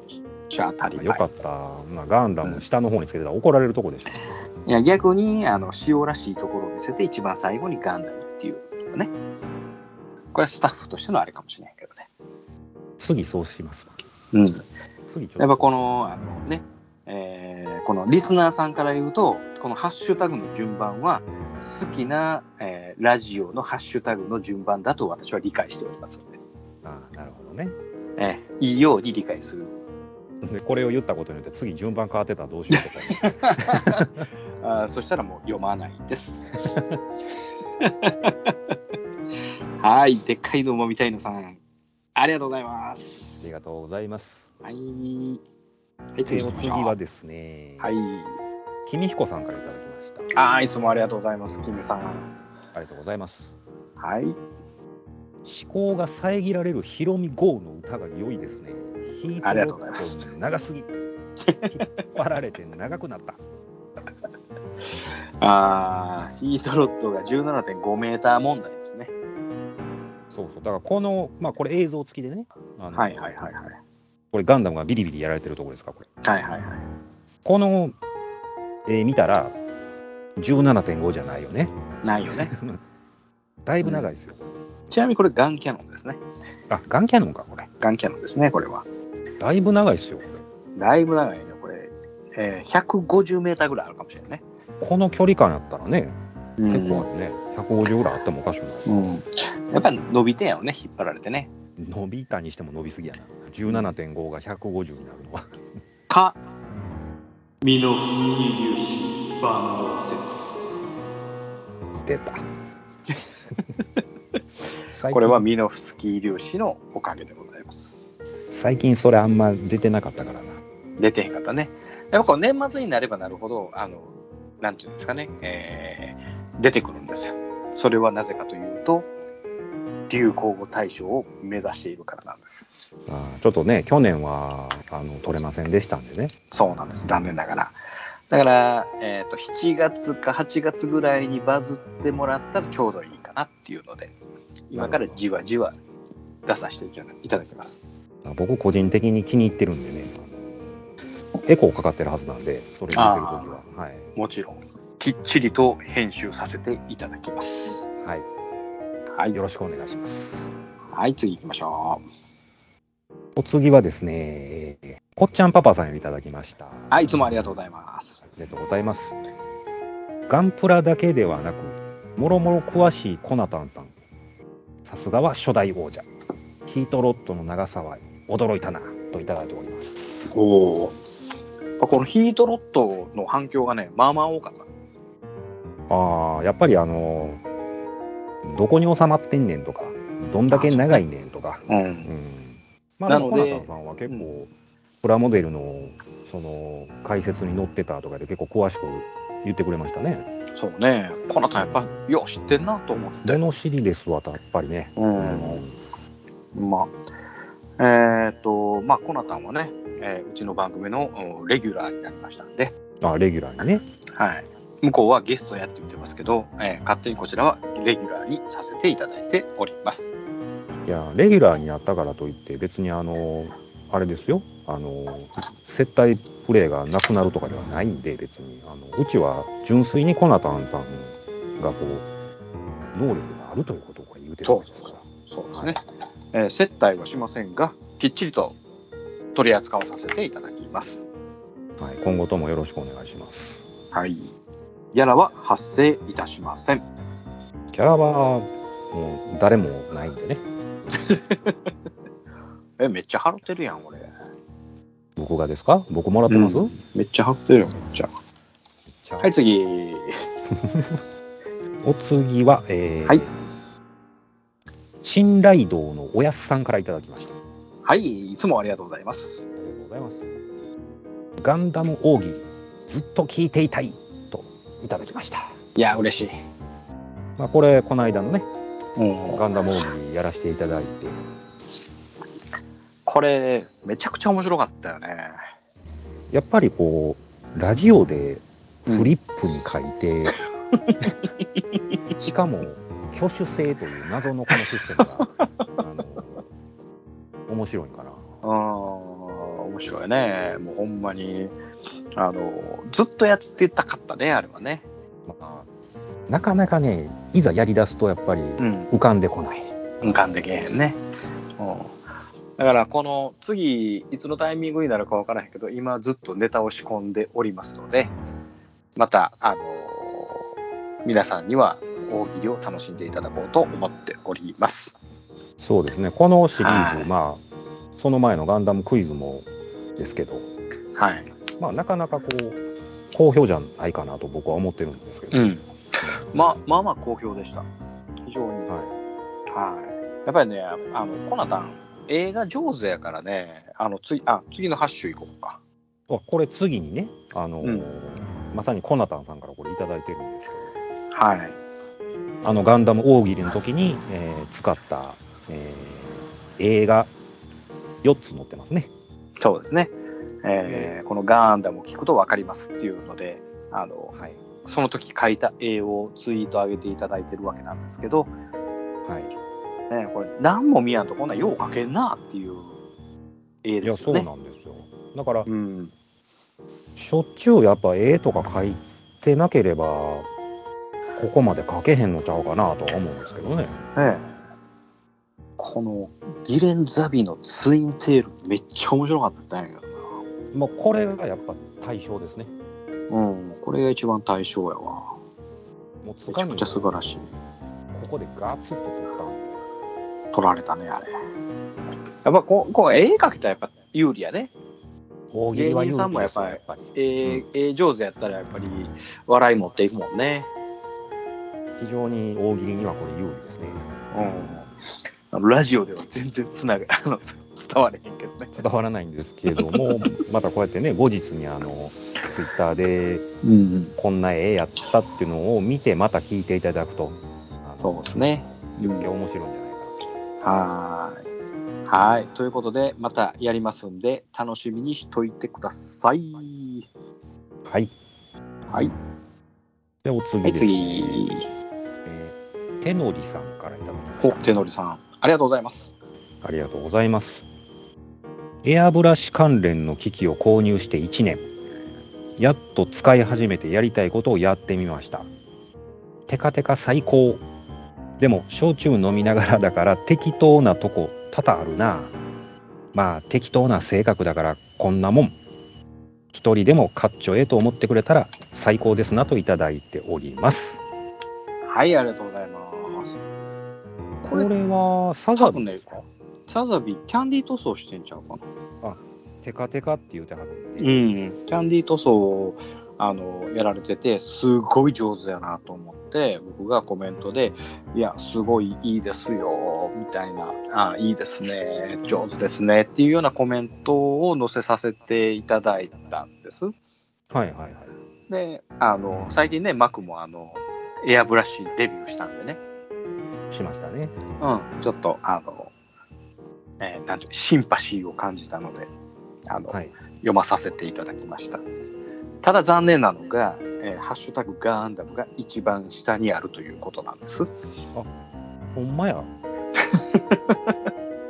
[SPEAKER 4] しゃ当たり
[SPEAKER 6] か。
[SPEAKER 4] 前
[SPEAKER 6] よかった。まあガンダム下の方につけてたら怒られるとこでした。
[SPEAKER 4] いや逆にあの塩らしいところを見せて一番最後にガンダムっていうのがねこれはスタッフとしてのあれかもしれないけどね、
[SPEAKER 6] 次そうしますわ。
[SPEAKER 4] うん、
[SPEAKER 6] 次ちょ
[SPEAKER 4] やっぱ
[SPEAKER 6] っと。
[SPEAKER 4] このあのね、えーこのリスナーさんから言うとこのハッシュタグの順番は好きな、えーラジオのハッシュタグの順番だと私は理解しておりますので、
[SPEAKER 6] あなるほどね。
[SPEAKER 4] えーいいように理解する
[SPEAKER 6] でこれを言ったことによって次順番変わってたらどうしようとか。
[SPEAKER 4] あーそしたらもう読まない です。はい、でっかいのもみたいのさん、ありがとうございま
[SPEAKER 6] あ
[SPEAKER 4] す
[SPEAKER 6] り。がとうございます。
[SPEAKER 4] はい。はい、次行き
[SPEAKER 6] 次
[SPEAKER 4] まし
[SPEAKER 6] 次
[SPEAKER 4] ょう
[SPEAKER 6] はですね、
[SPEAKER 4] はい。
[SPEAKER 6] 君彦さんからいただきました。
[SPEAKER 4] あーいつもありがとうございます、キムさん。
[SPEAKER 6] ありがとうございます。
[SPEAKER 4] はい。
[SPEAKER 6] 思考が遮られるヒロミ号の歌が良いですね。ヒート
[SPEAKER 4] ありがとうございます
[SPEAKER 6] ロック長すぎ。引っ張られて長くなった。
[SPEAKER 4] あーヒートロッドが17.5メーター問題ですね。
[SPEAKER 6] そうそう。だからこの、まあこれ映像付きでね。あの
[SPEAKER 4] はいはいはいはい。
[SPEAKER 6] これガンダムがビリビリやられてるところですか、これ。
[SPEAKER 4] はいはいはい。
[SPEAKER 6] この、えー見たら、17.5じゃないよね。
[SPEAKER 4] ないよね。
[SPEAKER 6] だいぶ長いですよ。
[SPEAKER 4] ちなみにこれガンキャノンですね。
[SPEAKER 6] あ、ガンキャノンか、これ。
[SPEAKER 4] ガンキャノンですね、これは。
[SPEAKER 6] だいぶ長いですよ。こ
[SPEAKER 4] だいぶ長いね、これ。えー、150メーターぐらいあるかもしれないね。
[SPEAKER 6] れこの距離感やったらね、
[SPEAKER 4] 結
[SPEAKER 6] 結構あるね。150ぐらいあってもおかしくない。
[SPEAKER 4] うん、やっぱり伸びてんやろね引っ張られてね
[SPEAKER 6] 伸びたにしても伸びすぎやな17.5が150になるのは
[SPEAKER 4] かミノフスキー粒子バンド説
[SPEAKER 6] 出た最近
[SPEAKER 4] これはミノフスキー粒子のおかげでございます
[SPEAKER 6] 最近それあんま出てなかったからな
[SPEAKER 4] 出てへんかったねやっぱこう年末になればなるほどあのなんていうんですかね、えー出てくるんですよそれはなぜかというと流行語大賞を目指しているからなんです
[SPEAKER 6] あーちょっとね去年はあの取れませんでしたんでね
[SPEAKER 4] そうなんです残念ながらだから、えー、と7月か8月ぐらいにバズってもらったらちょうどいいかなっていうので今からじわじわ出させていただきます
[SPEAKER 6] あ僕個人的に気に入ってるんでねエコーかかってるはずなんでそれ入れてる時ははい、
[SPEAKER 4] もちろんきっちりと編集させていただきます
[SPEAKER 6] はい、
[SPEAKER 4] はい
[SPEAKER 6] よろしくお願いします
[SPEAKER 4] はい次行きましょう
[SPEAKER 6] お次はですねえーこっちゃんパパさんよりいただきました
[SPEAKER 4] はいいつもありがとうございます
[SPEAKER 6] ありがとうございます。ガンプラだけではなく、もろもろ詳しいコナタンさん。さすがは初代王者。ヒートロッドの長さは驚いたな、といただいております。
[SPEAKER 4] おおこのヒートロットの反響がねまあまあ多かった
[SPEAKER 6] ああ、やっぱりあのどこに収まってんねんとか、どんだけ長いねんとか。
[SPEAKER 4] うん
[SPEAKER 6] うん。まあ、
[SPEAKER 4] な
[SPEAKER 6] な
[SPEAKER 4] の
[SPEAKER 6] の
[SPEAKER 4] で
[SPEAKER 6] コナタンさんは結構、プラモデルの、その、解説に載ってたとかで結構詳しく言ってくれましたね。
[SPEAKER 4] そうねこのたやっぱよう知ってんなと思って
[SPEAKER 6] 物知りですわ、やっぱりね。
[SPEAKER 4] うんまあ、えっ、と、まあ、コナタンはね、えーうちの番組のうんレギュラーになりましたんで、
[SPEAKER 6] あレギュラーにね。
[SPEAKER 4] はい。向こうはゲストやって言ってますけど、えー勝手にこちらはレギュラーにさせていただいております。
[SPEAKER 6] いや、レギュラーになったからといって、別にあの、あれですよ、あの、接待プレーがなくなるとかではないんで、別に。あのうちは純粋にコナタンさんがこう、能力があるということをこれ言うてるわけですから。
[SPEAKER 4] そうですね。えー接待はしませんが、きっちりと取り扱わさせていただきます。
[SPEAKER 6] はい、今後ともよろしくお願いします。
[SPEAKER 4] はい。やらは発生いたしません。
[SPEAKER 6] キャラは、もう誰もないんでね、
[SPEAKER 4] え、めっちゃ払ってるやん、俺。
[SPEAKER 6] 僕がですか僕もらってます、
[SPEAKER 4] うめっちゃ払ってるよ、めっちゃ。
[SPEAKER 6] じゃあ
[SPEAKER 4] はい、次。
[SPEAKER 6] お次は、えー
[SPEAKER 4] はい
[SPEAKER 6] 信頼道のおやすさんからいただきました。
[SPEAKER 4] はい、いつもありがとうございます。
[SPEAKER 6] ありがとうございます。ガンダム奥義、ずっと聞いていたいといただきました。
[SPEAKER 4] いや、嬉しい。
[SPEAKER 6] まあ、これ、この間のね、
[SPEAKER 4] うん、
[SPEAKER 6] ガンダム奥義やらせていただいて、
[SPEAKER 4] これ、めちゃくちゃ面白かったよね。
[SPEAKER 6] やっぱりこう、ラジオでフリップに書いて、しかも、挙手制という謎のこのシステムが、あの、面白いかな。
[SPEAKER 4] ああ、面白いね。もうほんまに、あの、ずっとやってたかったね、あれはね。
[SPEAKER 6] まあ、なかなかね、いざやり出すとやっぱり
[SPEAKER 4] うん、
[SPEAKER 6] 浮かんでこない。
[SPEAKER 4] 浮かんでけえへんね。うん。だから、この次、いつのタイミングになるかわからへんけど、今ずっとネタを仕込んでおりますので、また、あの皆さんには大喜利を楽しんでいただこうと思っております。
[SPEAKER 6] そうですね、このシリー
[SPEAKER 4] は
[SPEAKER 6] ズ、
[SPEAKER 4] い
[SPEAKER 6] まあ、その前のガンダムクイズもですけど、
[SPEAKER 4] はい。
[SPEAKER 6] まあ、なかなかこう、好評じゃないかなと僕は思ってるんですけど、
[SPEAKER 4] うん。ま、まあまあ好評でした。非常に。
[SPEAKER 6] は
[SPEAKER 4] はい。やっぱりね、あの、コナタン、映画上手やからね、あの、次、あ、次のハッシュ行こうか。
[SPEAKER 6] い、あこれ、次にね、あのー
[SPEAKER 4] うん
[SPEAKER 6] まさにコナタンさんからこれ、いただいてるんです
[SPEAKER 4] はい。
[SPEAKER 6] けど、あのガンダム大喜利の時に、えー使った、えー映画、4つ載ってますね。
[SPEAKER 4] そうですね。えーこのガンダムを聞くと分かりますっていうので、あの、
[SPEAKER 6] はい
[SPEAKER 4] その時書いた絵をツイート上げていただいてるわけなんですけど、
[SPEAKER 6] はい、
[SPEAKER 4] ね、これ、何も見やんとこんなんよう描けんなっていう絵
[SPEAKER 6] い
[SPEAKER 4] で
[SPEAKER 6] や、
[SPEAKER 4] すよ
[SPEAKER 6] そう
[SPEAKER 4] ね。
[SPEAKER 6] なんですよ。だから、
[SPEAKER 4] うん。
[SPEAKER 6] しょっちゅうやっぱ絵とか書いてなければ、ここまで書けへんのちゃうかなとは思うんですけどね。
[SPEAKER 4] ねこのギレン・ザビのツインテールめっちゃ面白かったんやけどな。
[SPEAKER 6] まあ、これがやっぱ対象ですね。
[SPEAKER 4] うん、これが一番対象やわ。
[SPEAKER 6] もうつ
[SPEAKER 4] めち
[SPEAKER 6] か
[SPEAKER 4] ゃ
[SPEAKER 6] み
[SPEAKER 4] く
[SPEAKER 6] を
[SPEAKER 4] ちゃ素晴らしい。
[SPEAKER 6] ここでガツッと取ったんで。
[SPEAKER 4] 取られたね、あれ。やっぱこう、こう絵描けたらやっぱ有利やね。
[SPEAKER 6] 大喜利は
[SPEAKER 4] 芸人
[SPEAKER 6] 言
[SPEAKER 4] さん
[SPEAKER 6] う
[SPEAKER 4] もやっぱり
[SPEAKER 6] ぱり。
[SPEAKER 4] 絵、絵上手やったらやっぱり笑い持っていくもんね。
[SPEAKER 6] 非常に大喜利にはこれ有利ですね。
[SPEAKER 4] うん。あのラジオでは全然つなが、 あの、伝われへんけどね。
[SPEAKER 6] 伝わらないんですけども、またこうやっ てね、後日にあの、ツイッターで
[SPEAKER 4] うん。
[SPEAKER 6] こんな絵やったっていうのを見て、また聞いていただくと。あの
[SPEAKER 4] そうです。ね。
[SPEAKER 6] 余計面白いんじゃないかな
[SPEAKER 4] はーい。はい。ということで、またやりますんで、楽しみにしといてください。
[SPEAKER 6] と。はい。
[SPEAKER 4] はい。
[SPEAKER 6] で、お次
[SPEAKER 4] は
[SPEAKER 6] で
[SPEAKER 4] い、
[SPEAKER 6] す、ね。
[SPEAKER 4] 次。
[SPEAKER 6] えー手のりさんからいただきまし
[SPEAKER 4] お、
[SPEAKER 6] た。
[SPEAKER 4] 手のりさん。ありがとうございます。
[SPEAKER 6] ありがとうございます。エアブラシ関連の機器を購入して1年。やっと使い始めてやりたいことをやってみました。テカテカ最高。でも、焼酎飲みながらだから適当なとこ多々あるな。まあ、適当な性格だからこんなもん。一人でもかっちょええと思ってくれたら最高ですなといただいております。
[SPEAKER 4] はい、ありがとうございます。こ
[SPEAKER 6] こ
[SPEAKER 4] れ
[SPEAKER 6] れは、サ
[SPEAKER 4] 多
[SPEAKER 6] ザ
[SPEAKER 4] 分
[SPEAKER 6] ビ
[SPEAKER 4] ね
[SPEAKER 6] ですか、
[SPEAKER 4] サザビキャンディー塗装してんちゃうかな。
[SPEAKER 6] テカテカって言うてはるんで。
[SPEAKER 4] ん。キャンディー塗装をあのやられてて、すごい上手やなと思って、僕がコメントで、いや、すごいいいですよ、みたいな、あいいですね、上手ですね、っていうようなコメントを載せさせていただいたんです。
[SPEAKER 6] はいはいはい。
[SPEAKER 4] で、あの、最近ね、マクもあの、エアブラシデビューしたんでね。
[SPEAKER 6] しましたね。
[SPEAKER 4] うん、ちょっとあの、えーなんていうシンパシーを感じたのであの、
[SPEAKER 6] はい。
[SPEAKER 4] 読まさせていただきましたただ残念なのが、えーハッシュタグガンダム」が一番下にあるということなんです
[SPEAKER 6] ほんまや。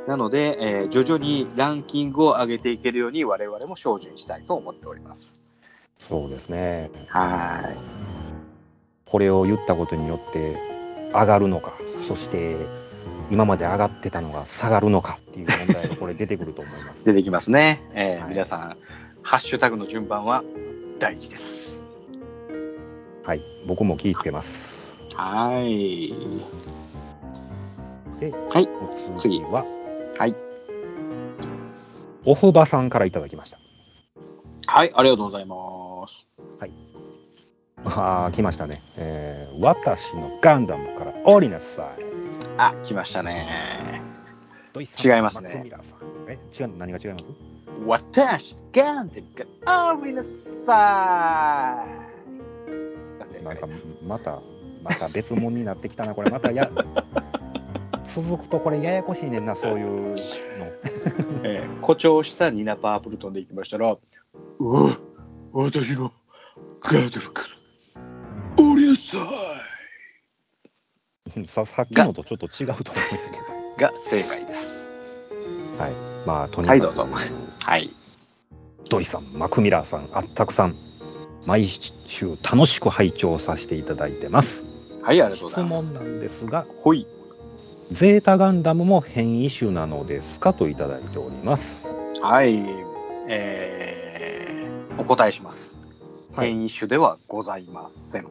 [SPEAKER 4] なので、えー徐々にランキングを上げていけるように我々も精進したいと思っております
[SPEAKER 6] そうですね。
[SPEAKER 4] はーい
[SPEAKER 6] これを言ったことによって上がるのか、そして今まで上がってたのが下がるのかっていう問題がこれ出てくると思います。
[SPEAKER 4] 出てきますね、えー
[SPEAKER 6] はい
[SPEAKER 4] 皆さんハッシュタグの順番は大事です
[SPEAKER 6] はい。僕も気ぃつけます。
[SPEAKER 4] はーい
[SPEAKER 6] で、
[SPEAKER 4] はい
[SPEAKER 6] お
[SPEAKER 4] 次
[SPEAKER 6] 次は、
[SPEAKER 4] はい。
[SPEAKER 6] オフバさんからいただきました。
[SPEAKER 4] はいありがとうございます
[SPEAKER 6] ああ、来ましたね。えー私のガンダムから降りなさい。
[SPEAKER 4] あ、来ましたね。違いますね
[SPEAKER 6] マクミラさん。え、違う、何が違います
[SPEAKER 4] 私、ガンダムがありなさいが正
[SPEAKER 6] なん
[SPEAKER 4] 解
[SPEAKER 6] か
[SPEAKER 4] です。
[SPEAKER 6] また、また別物になってきたな、これ、また や。続くとこれややこしいねんな、そういうの。
[SPEAKER 4] えー誇張したニナ・パープルトンで行きましたら、うわ、私のガンダムから降りなさ
[SPEAKER 6] うんささっきのとちょっと違うと思うんですけど。
[SPEAKER 4] いが正解です。
[SPEAKER 6] まあ、とに
[SPEAKER 4] はい、ど
[SPEAKER 6] か
[SPEAKER 4] う
[SPEAKER 6] く、
[SPEAKER 4] ぞ。はい。
[SPEAKER 6] ドリさん、マクミラーさん、あったくさん、毎週楽しく拝聴させていただいてます。
[SPEAKER 4] はい、ありがとうご
[SPEAKER 6] 質
[SPEAKER 4] ざいます。
[SPEAKER 6] 問なんですが、
[SPEAKER 4] ほい。
[SPEAKER 6] ゼータガンダムも変異種なのですかといただいております。
[SPEAKER 4] はい、えーお答えします。
[SPEAKER 6] はい
[SPEAKER 4] 変異種ではございません。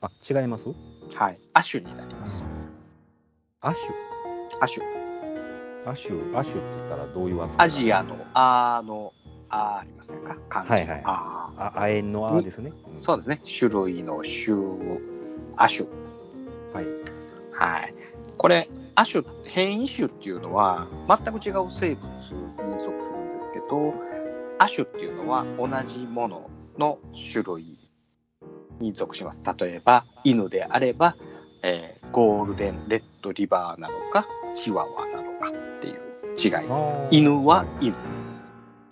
[SPEAKER 6] あ、違います
[SPEAKER 4] はい、亜種になります。
[SPEAKER 6] アシ
[SPEAKER 4] 亜種、
[SPEAKER 6] ュ、アシュ、アシュって言ったらどういう扱
[SPEAKER 4] ア
[SPEAKER 6] い
[SPEAKER 4] ジアのあのあありませんか？漢字の
[SPEAKER 6] はいはい
[SPEAKER 4] あ
[SPEAKER 6] あ、亜鉛のアですね。
[SPEAKER 4] ーそうですね。種類の種、亜種。
[SPEAKER 6] はい。
[SPEAKER 4] はい。これ亜種変異種っていうのは全く違う生物に属するんですけど、亜種っていうのは同じものの種類に属します。例えば犬であれば、えーゴールデンレッドリバーなのかチワワなのかっていう違い。
[SPEAKER 6] あー
[SPEAKER 4] 犬は犬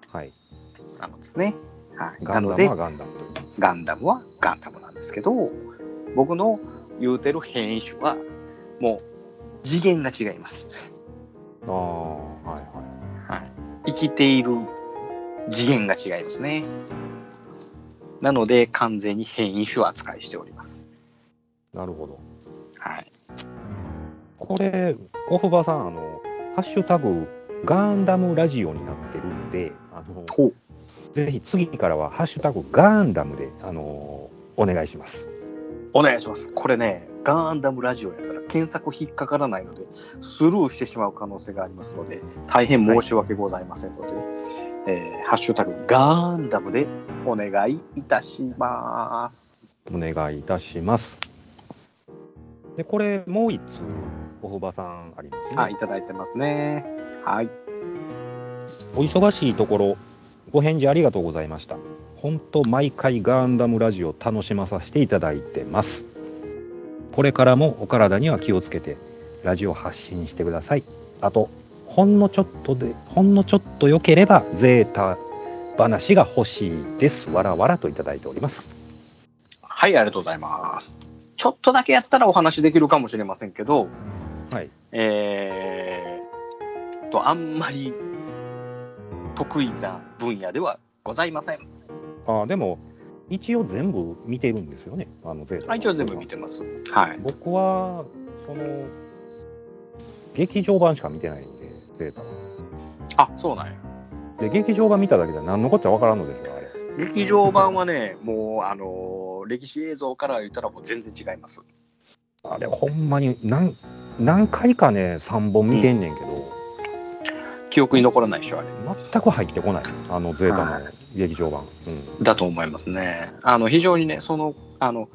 [SPEAKER 6] はい。
[SPEAKER 4] なのですね。はい。
[SPEAKER 6] ガ
[SPEAKER 4] な
[SPEAKER 6] ン
[SPEAKER 4] の
[SPEAKER 6] ダム
[SPEAKER 4] で
[SPEAKER 6] はガンダムという。
[SPEAKER 4] ガンダムはガンダムなんですけど僕の言うてる変異種はもう次元が違います、
[SPEAKER 6] ああ、はいは
[SPEAKER 4] はい、生きている次元が違いますねなので完全に変異種扱いしております
[SPEAKER 6] い。なるほど。
[SPEAKER 4] はい
[SPEAKER 6] これ、オフバさん、あの、ハッシュタグ、ガンダムラジオになってるんで、あの、
[SPEAKER 4] ほう
[SPEAKER 6] ぜひ次からは、ハッシュタグ、ガンダムで、あの、お願いします。
[SPEAKER 4] お願いしますこれねガンダムラジオやったら検索引っかからないのでスルーしてしまう可能性がありますので大変申し訳ございませんので、えーハッシュタグガンダムでお願いいたします
[SPEAKER 6] お願いいたします。で、これ、もう一通、オフバさんありますね。
[SPEAKER 4] あ、いただいてますね。はい。
[SPEAKER 6] お忙しいところ、ご返事ありがとうございました。本当毎回ガンダムラジオ楽しまさせていただいてます。これからもお体には気をつけて、ラジオ発信してください。あと、ほんのちょっとで、ほんのちょっと良ければ、ゼータ話が欲しいです。わらわらといただいております。
[SPEAKER 4] はい、ありがとうございます。ちょっとだけやったらお話できるかもしれませんけど、
[SPEAKER 6] はい。
[SPEAKER 4] えー、と、あんまり得意な分野ではございません。
[SPEAKER 6] ああ、でも、一応全部見てるんですよね。あの、ゼータの。
[SPEAKER 4] はい、一応全部見てます。はい。
[SPEAKER 6] 僕は、その、劇場版しか見てないんで、ゼータは。
[SPEAKER 4] あ、そうなんや。
[SPEAKER 6] で劇場版見ただけじゃ何のこっちゃわからんのですよあれ
[SPEAKER 4] 劇場版はね、もう、あのー歴史映像から言ったらもう全然違います。
[SPEAKER 6] あれほんまに何何回かね3本見てんねんけど、
[SPEAKER 4] 記憶に残らないでしょ、あれ。
[SPEAKER 6] 全く入ってこないあのゼータ
[SPEAKER 4] は
[SPEAKER 6] の劇場版、うん
[SPEAKER 4] だと思いますね。あの非常にねそのあの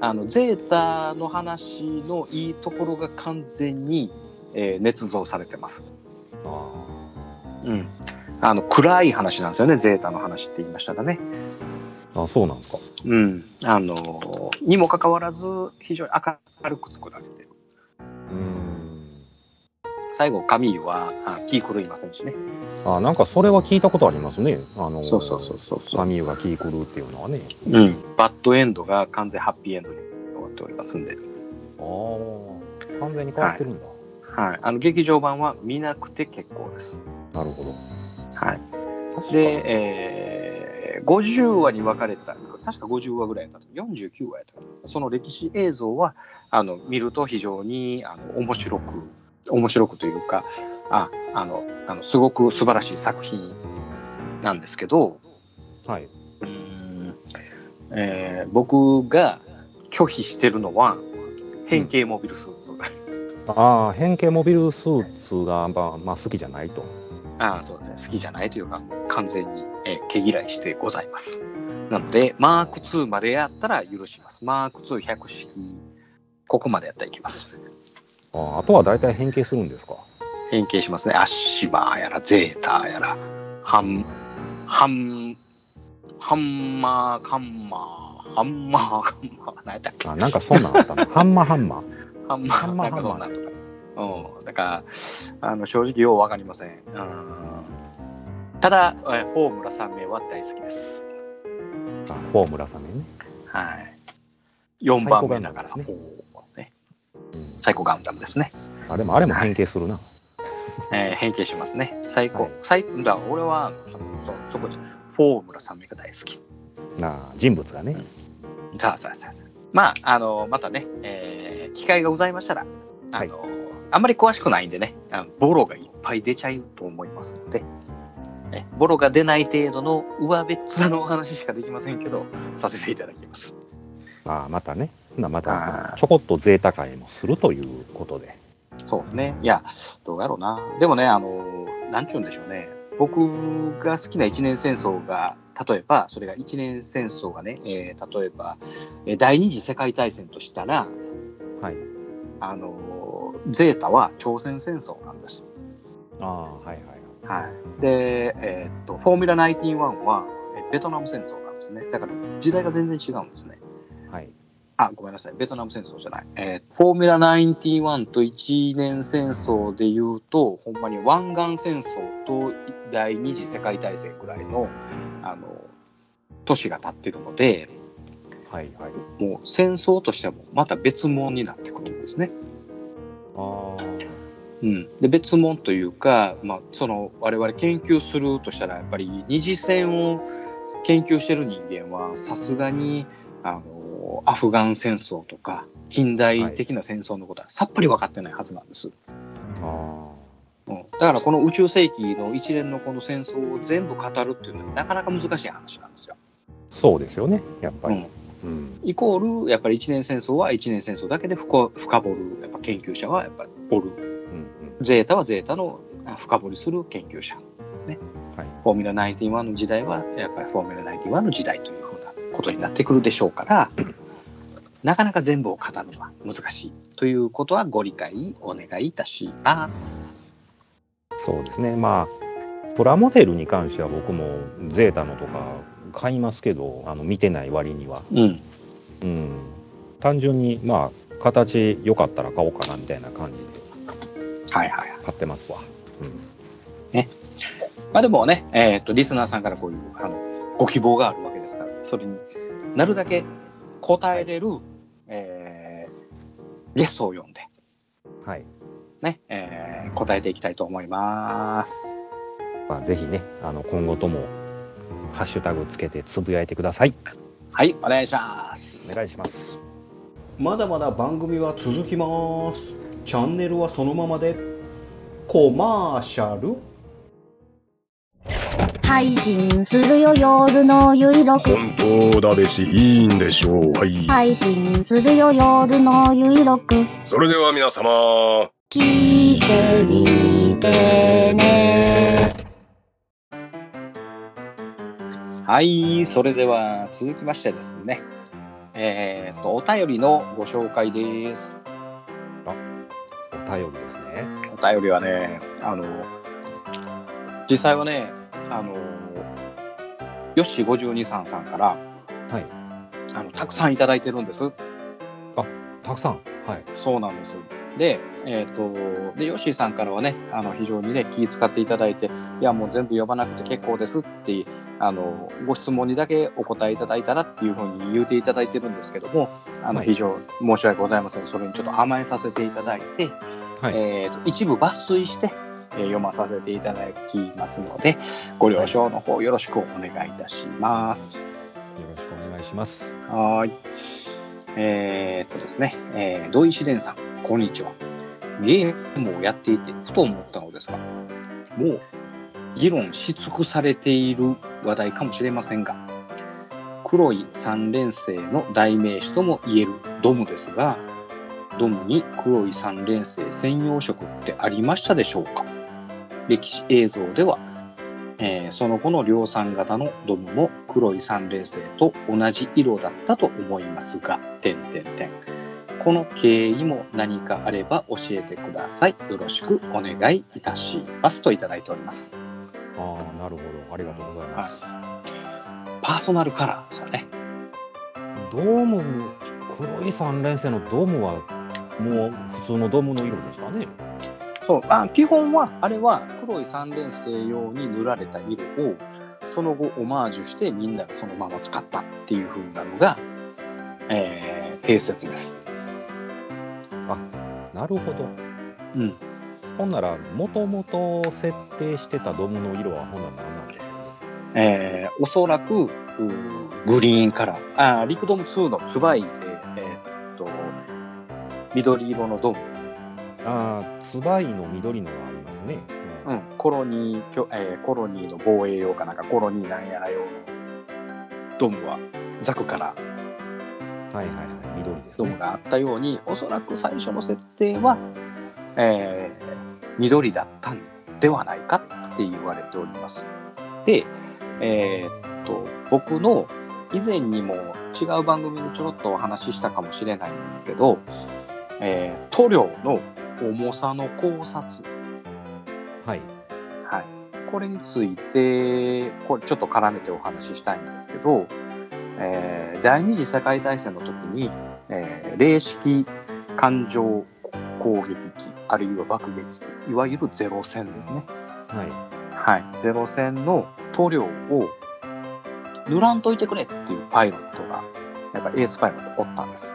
[SPEAKER 4] あのゼータの話のいいところが完全に、えー、捏造されてます。
[SPEAKER 6] あ
[SPEAKER 4] うん、あの暗い話なんですよねゼータの話って言いましたがね。
[SPEAKER 6] ーあそうなんですか
[SPEAKER 4] うん、あのにもかかわらず非常に明るく作られてる。
[SPEAKER 6] うーん
[SPEAKER 4] 最後カミーユはあ気狂いませんしね。
[SPEAKER 6] あなんかそれは聞いたことありますねあの
[SPEAKER 4] そうそうそうそうそ
[SPEAKER 6] サ
[SPEAKER 4] う。
[SPEAKER 6] ミューがキークルーっていうのはね
[SPEAKER 4] うん、バッドエンドが完全ハッピーエンドに終わっておりますんで。
[SPEAKER 6] ああ完全に変わってるんだ、
[SPEAKER 4] はい、あの劇場版は見なくて結構です。
[SPEAKER 6] なるほど
[SPEAKER 4] はい
[SPEAKER 6] 確かに
[SPEAKER 4] で、えー50話に分かれた、確か50話ぐらいだった、49話やったかなその歴史映像はあの見ると非常にあの面白く、面白くというか、ああのあのすごく素晴らしい作品なんですけど、
[SPEAKER 6] はい、
[SPEAKER 4] うーんえー僕が拒否してるのは、変形モビルスーツ。
[SPEAKER 6] ああ変形モビルスーツが、まあまあ、好きじゃないと
[SPEAKER 4] ああそうですね、好きじゃないというか、もう完全に、えー毛嫌いしてございます。なので、マーク2までやったら許します。マーク2100式、ここまでやったらいきます。
[SPEAKER 6] あーあとは大体変形するんですか
[SPEAKER 4] 変形しますね。アッシバーやら、ゼータやら、ハン、ハン、ハンマー、カンマー、ハンマー、カンマー、何やったっけ
[SPEAKER 6] あなんかそんなんあったな ハンマーハンマー
[SPEAKER 4] ハンマ
[SPEAKER 6] ハ
[SPEAKER 4] ー、
[SPEAKER 6] ンマ
[SPEAKER 4] な
[SPEAKER 6] ー
[SPEAKER 4] んかそんなんとか。うん。だから、あの、正直ようわかりません。うん。ただ、えーフォームラ3名は大好きです。
[SPEAKER 6] あフォームラサメね
[SPEAKER 4] はい。4番目だから、
[SPEAKER 6] サイコガンダムです
[SPEAKER 4] ほうね、サイコガンダムですね。
[SPEAKER 6] あでもあれも変形するな
[SPEAKER 4] えー変形しますね。最高。
[SPEAKER 6] はい
[SPEAKER 4] 最高。だから俺は、そそそこで、フォームラ3名が大好き。
[SPEAKER 6] なあ人物がね
[SPEAKER 4] さあさあさあさあ。まあ、あの、またね、えー機会がございましたら、あの、あんまり詳しくないんでね、あのボロがいっぱい出ちゃうと思いますので、えボロが出ない程度の上べっ面のお話しかできませんけど、させていただきます。
[SPEAKER 6] ああまたねほなまたま
[SPEAKER 4] あー
[SPEAKER 6] あちょこっと贅沢会もするということで
[SPEAKER 4] そうね。いや、どうやろうな。でもね、あの、なんちゅうんでしょうね。僕が好きな一年戦争が、例えば、それが一年戦争がね、えー例えば、えー第二次世界大戦としたら、
[SPEAKER 6] はい
[SPEAKER 4] あの、ゼータは朝鮮戦争なんです。
[SPEAKER 6] ああはいはい
[SPEAKER 4] はい。で、えーっと、フォーミュラ91は、えーベトナム戦争なんですね。だから、時代が全然違うんですね。
[SPEAKER 6] はい
[SPEAKER 4] あ、ごめんなさい。ベトナム戦争じゃない。えーフォーミュラ91と一年戦争で言うと、ほんまに湾岸戦争と第二次世界大戦ぐらいの、あの、年が経ってるので、
[SPEAKER 6] はいはい
[SPEAKER 4] もう戦争としてはもうまた別物になってくるんですね。
[SPEAKER 6] あ
[SPEAKER 4] うん、で別物というか、まあ、その我々研究するとしたらやっぱり二次戦を研究してる人間はさすがにあのアフガン戦争とか近代的な戦争のことはさっぱり分かってないはずなんです、
[SPEAKER 6] あ
[SPEAKER 4] う
[SPEAKER 6] あ
[SPEAKER 4] ん、だからこの宇宙世紀の一連のこの戦争を全部語るっていうのはなかなか難しい話なんですよ。
[SPEAKER 6] そうですよねやっぱ
[SPEAKER 4] うん
[SPEAKER 6] りうん
[SPEAKER 4] イコールやっぱり一年戦争は一年戦争だけで深深掘るやっぱ研究者はやっぱりおる
[SPEAKER 6] うんうん
[SPEAKER 4] ゼータはゼータのあ深掘りする研究者
[SPEAKER 6] はい
[SPEAKER 4] フォーミュラ91の時代はやっぱりフォーミュラ91の時代というふうなことになってくるでしょうからなかなか全部を語るのは難しいということはご理解お願いいたします。
[SPEAKER 6] そうですねまあプラモデルに関しては僕もゼータのとか買いますけどあの見てない割には
[SPEAKER 4] うん、
[SPEAKER 6] うん単純にまあ形良かったら買おうかなみたいな感じで
[SPEAKER 4] はいはいはい。
[SPEAKER 6] 買ってますわ、うん、
[SPEAKER 4] まあでもね、えっとリスナーさんからこういうあのご希望があるわけですからそれになるだけ答えれる、えーゲストを呼んで、
[SPEAKER 6] はい、
[SPEAKER 4] ねえー答えていきたいと思います。
[SPEAKER 6] まあ、ぜひねあの今後ともハッシュタグつけてつぶやいてください
[SPEAKER 4] はいお願いします
[SPEAKER 6] お。願いします
[SPEAKER 7] まだまだ番組は続きますチャンネルはそのままでコマーシャル
[SPEAKER 8] 配信するよ夜のゆいろく
[SPEAKER 9] 本当だべしいいんでしょうはい、
[SPEAKER 8] 配信するよ夜のゆいろく
[SPEAKER 9] それでは皆様
[SPEAKER 8] 聞いてみてね
[SPEAKER 4] はい、それでは続きましてですね、えー、とお便りのご紹介です。
[SPEAKER 6] お便りですね
[SPEAKER 4] お便りはね、あの実際はね、あのよし52さんさんから、
[SPEAKER 6] はい
[SPEAKER 4] あのたくさんいただいてるんです。
[SPEAKER 6] たくさんはい
[SPEAKER 4] そうなんです。で、えっ、と、で、ヨッシーさんからはね、あの、非常にね、気使っていただいて、いや、もう全部読まなくて結構ですって、あの、ご質問にだけお答えいただいたらっていうふうに言うていただいてるんですけども、あの、
[SPEAKER 6] はい
[SPEAKER 4] 非常に申し訳ございません。それにちょっと甘えさせていただいて、
[SPEAKER 6] はい
[SPEAKER 4] えっ、と、一部抜粋して、えー読まさせていただきますので、ご了承の方よろしくお願いいたします。
[SPEAKER 6] よろしくお願いします
[SPEAKER 4] はーい。えーっとですね、えー、土井紫伝さん、こんにちは。ゲームをやっていて、ふと思ったのですが、もう議論し尽くされている話題かもしれませんが、黒い三連星の代名詞とも言えるドムですが、ドムに黒い三連星専用色ってありましたでしょうか歴史映像ではえーその後の量産型のドムも黒い三連星と同じ色だったと思いますが、点点点。この経緯も何かあれば教えてください。よろしくお願いいたしますといただいております。
[SPEAKER 6] ああ、なるほど。ありがとうございます。
[SPEAKER 4] パーソナルカラーですよね。
[SPEAKER 6] ドーム、黒い三連星のドームは、もう普通のドームの色でしたね。
[SPEAKER 4] そうあ基本はあれは黒い三連星用に塗られた色をその後オマージュしてみんながそのまま使ったっていう風なのが、えー定説です。
[SPEAKER 6] なるほど。
[SPEAKER 4] うん、
[SPEAKER 6] ほんなら、もともと設定してたドームの色はほんなら何なんでしょ
[SPEAKER 4] えーおそらくうーグリーンカラーあーリクドーム2のツバイで、えーっと緑色のドーム、
[SPEAKER 6] う。ああ、つばいの緑のがありますね。うん
[SPEAKER 4] うん、コロニーきょ、えーコロニーの防衛用かなんかコロニーなんやら用のドームはザクカラー。
[SPEAKER 6] はいはいはい、緑です
[SPEAKER 4] ド
[SPEAKER 6] ね
[SPEAKER 4] ム。があったようにおそらく最初の設定は、えー緑だったんではないかって言われております。で、えーっと僕の以前にも違う番組でちょろっとお話ししたかもしれないんですけど、えー塗料の重さの考察、
[SPEAKER 6] はい。
[SPEAKER 4] はい、これについてこれちょっと絡めてお話ししたいんですけど、えー第二次世界大戦の時に、えー、零式艦上攻撃機あるいは爆撃機いわゆるゼロ戦ですね、
[SPEAKER 6] はい。
[SPEAKER 4] はい、ゼロ戦の塗料を塗らんといてくれっていうパイロットがやっぱエースパイロットおったんですよ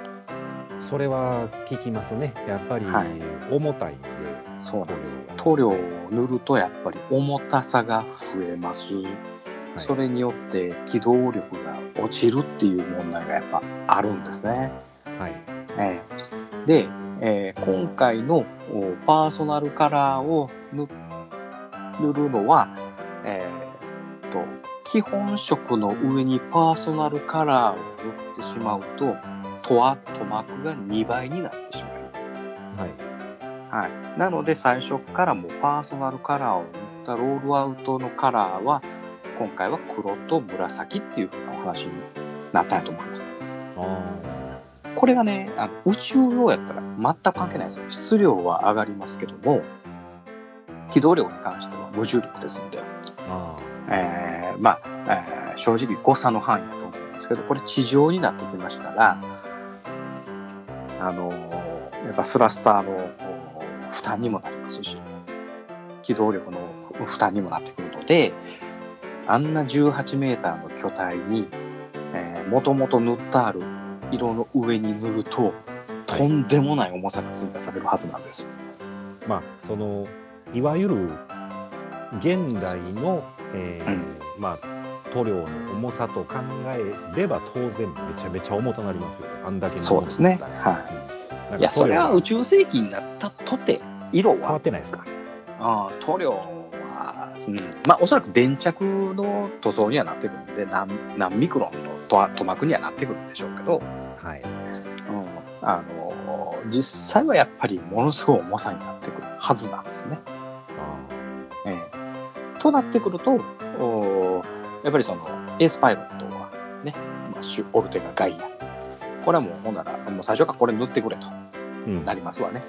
[SPEAKER 6] それは聞きますね。やっぱり
[SPEAKER 4] はい
[SPEAKER 6] 重たいんで、
[SPEAKER 4] そうなんです塗料を塗るとやっぱり重たさが増えます、それによって機動力が落ちるっていう問題がやっぱあるんですね、
[SPEAKER 6] はい。
[SPEAKER 4] ええで、えー今回のおパーソナルカラーを塗塗るのは、えーっと基本色の上にパーソナルカラーを塗ってしまうととは塗膜が2倍になってしまいます
[SPEAKER 6] はい。
[SPEAKER 4] はい、なので最初からもうパーソナルカラーを塗ったロールアウトのカラーは今回は黒と紫っていうふうなお話になったんやと思います。
[SPEAKER 6] あ
[SPEAKER 4] これがねあの宇宙用やったら全く関係ないですよ質量は上がりますけども機動力に関しては無重力ですので、
[SPEAKER 6] ーあ
[SPEAKER 4] えーまあ、えー正直誤差の範囲だと思うんですけどこれ地上になってきましたらあのーやっぱスラスターのこう負担にもなりますし機動力の負担にもなってくるのであんな18メーターの巨体にもともと塗ってある色の上に塗るととんでもない重さが追加されるはずなんですよ。
[SPEAKER 6] ー。まあそのいわゆる現代の、えーまあ塗料の重さと考えれば当然めちゃめちゃ重たなりますよね。あんだけの
[SPEAKER 4] そうですね
[SPEAKER 6] 重さだったら
[SPEAKER 4] は
[SPEAKER 6] うん
[SPEAKER 4] い
[SPEAKER 6] なんか
[SPEAKER 4] やそ
[SPEAKER 6] 塗
[SPEAKER 4] れ
[SPEAKER 6] 料
[SPEAKER 4] は
[SPEAKER 6] は
[SPEAKER 4] 宇宙世紀になったとて色
[SPEAKER 6] 変わ
[SPEAKER 4] は
[SPEAKER 6] ってないですか。
[SPEAKER 4] ああ塗料は、うん、まあおそらく電着の塗装にはなってくるんで何何ミクロンの塗塗膜にはなってくるんでしょうけど、
[SPEAKER 6] はい。
[SPEAKER 4] うん、あの実際はやっぱりものすごい重さになってくるはずなんですね。
[SPEAKER 6] あ
[SPEAKER 4] ええとなってくるとおやっぱりそのエースパイロットはね、まあ、シュオルテガガイアこれはもうほんならもう最初からこれ塗ってくれと。
[SPEAKER 6] ーうん。
[SPEAKER 4] なりますわね。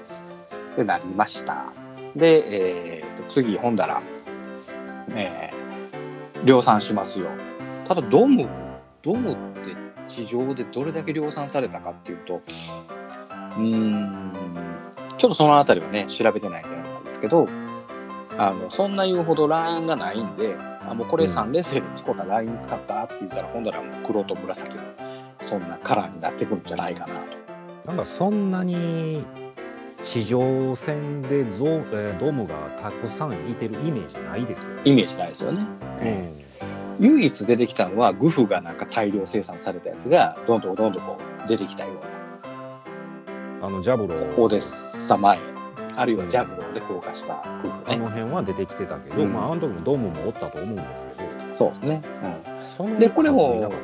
[SPEAKER 4] で、なりました。で、えー、次、本棚、えー、量産しますよ。ただ、ドム、ドムって地上でどれだけ量産されたかっていうと、うーん、ちょっとそのあたりはね、調べてないんであれなんですけど、あの、そんな言うほどラインがないんで、あもうこれ3連星で使ったライン使ったって言ったら、本棚はもう黒と紫の、そんなカラーになってくるんじゃないかなと。
[SPEAKER 6] なんかそんなに地上戦でゾ、えードームがたくさんいてるイメージないですよね。
[SPEAKER 4] イメージないですよね。唯一出てきたのはグフがなんか大量生産されたやつがどんどんどんどんこう出てきたような
[SPEAKER 6] あのジャブロー
[SPEAKER 4] オーデッサ前あるいはジャブローで降下したグフ
[SPEAKER 6] あ
[SPEAKER 4] ね
[SPEAKER 6] の辺は出てきてたけど、
[SPEAKER 4] うん
[SPEAKER 6] まああの時のドームもおったと思うんですけど、
[SPEAKER 4] そうですね、
[SPEAKER 6] そんな
[SPEAKER 4] でこれも
[SPEAKER 6] 数いなかったよ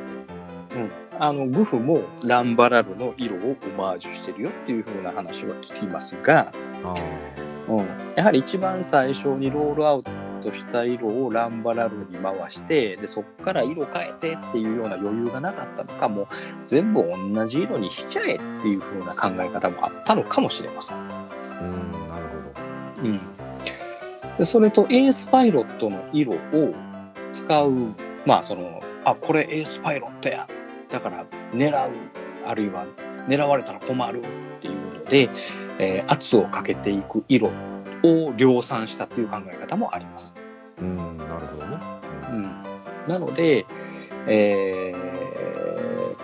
[SPEAKER 4] うんうん、あのグフもランバラルの色をオマージュしてるよっていう風な話は聞きますが、
[SPEAKER 6] あ
[SPEAKER 4] うん、やはり一番最初にロールアウットした色をランバラルに回してでそこから色変えてっていうような余裕がなかったのかもう全部同じ色にしちゃえっていう風な考え方もあったのかもしれません。
[SPEAKER 6] うんなるほ
[SPEAKER 4] う
[SPEAKER 6] ど
[SPEAKER 4] ん、でそれとエースパイロットの色を使うまあそのあこれエースパイロットやだから狙うあるいは狙われたら困るっていうので、えー圧をかけていく色を量産したという考え方もあります。
[SPEAKER 6] うんなるほどね
[SPEAKER 4] うんなので、えー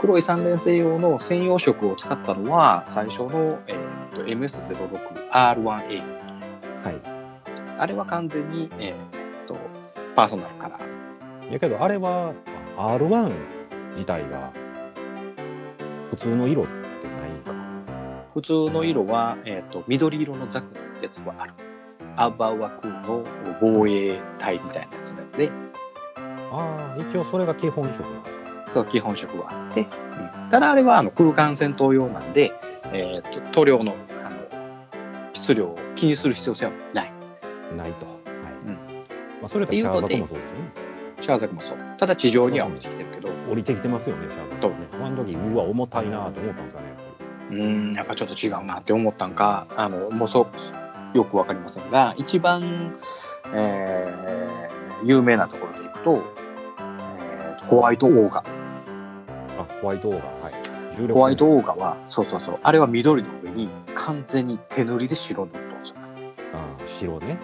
[SPEAKER 4] 黒い三連星用の専用色を使ったのは最初の、えーと MS06R1A
[SPEAKER 6] は
[SPEAKER 4] あれは完全に、えーっとパーソナルカラー。
[SPEAKER 6] いやけどあれは R1 自体が普通の色ってないか
[SPEAKER 4] 普通の色は、えーっと緑色のザクのやつはある。アンバーワクーの防衛隊みたいなやつなんで、
[SPEAKER 6] ああ一応それが基本色なんですか
[SPEAKER 4] そう基本色はあって、うんただあれはあの空間戦闘用なんで、えーっと塗料のあの質量を気にする必要性はない。
[SPEAKER 6] ないとはい、
[SPEAKER 4] うん
[SPEAKER 6] まあ、それとシャーザクもそうですよね
[SPEAKER 4] シャーザクもそう。ただ地上には降りてきてるけど、
[SPEAKER 6] 降りてきてますよねシャーザクねあの時うわ重たいなと思ったんですかねやっぱり
[SPEAKER 4] うーんやっぱちょっと違うなって思ったんかあのもうそうよくわかりませんが一番、えー有名なところでいくと、えーホワイトオーガ
[SPEAKER 6] あホワイトオーガーはい重力
[SPEAKER 4] ホワイトオーガはそうそうそうあれは緑の上に完全に手塗りで白塗ったんですよ、
[SPEAKER 6] あー白ね、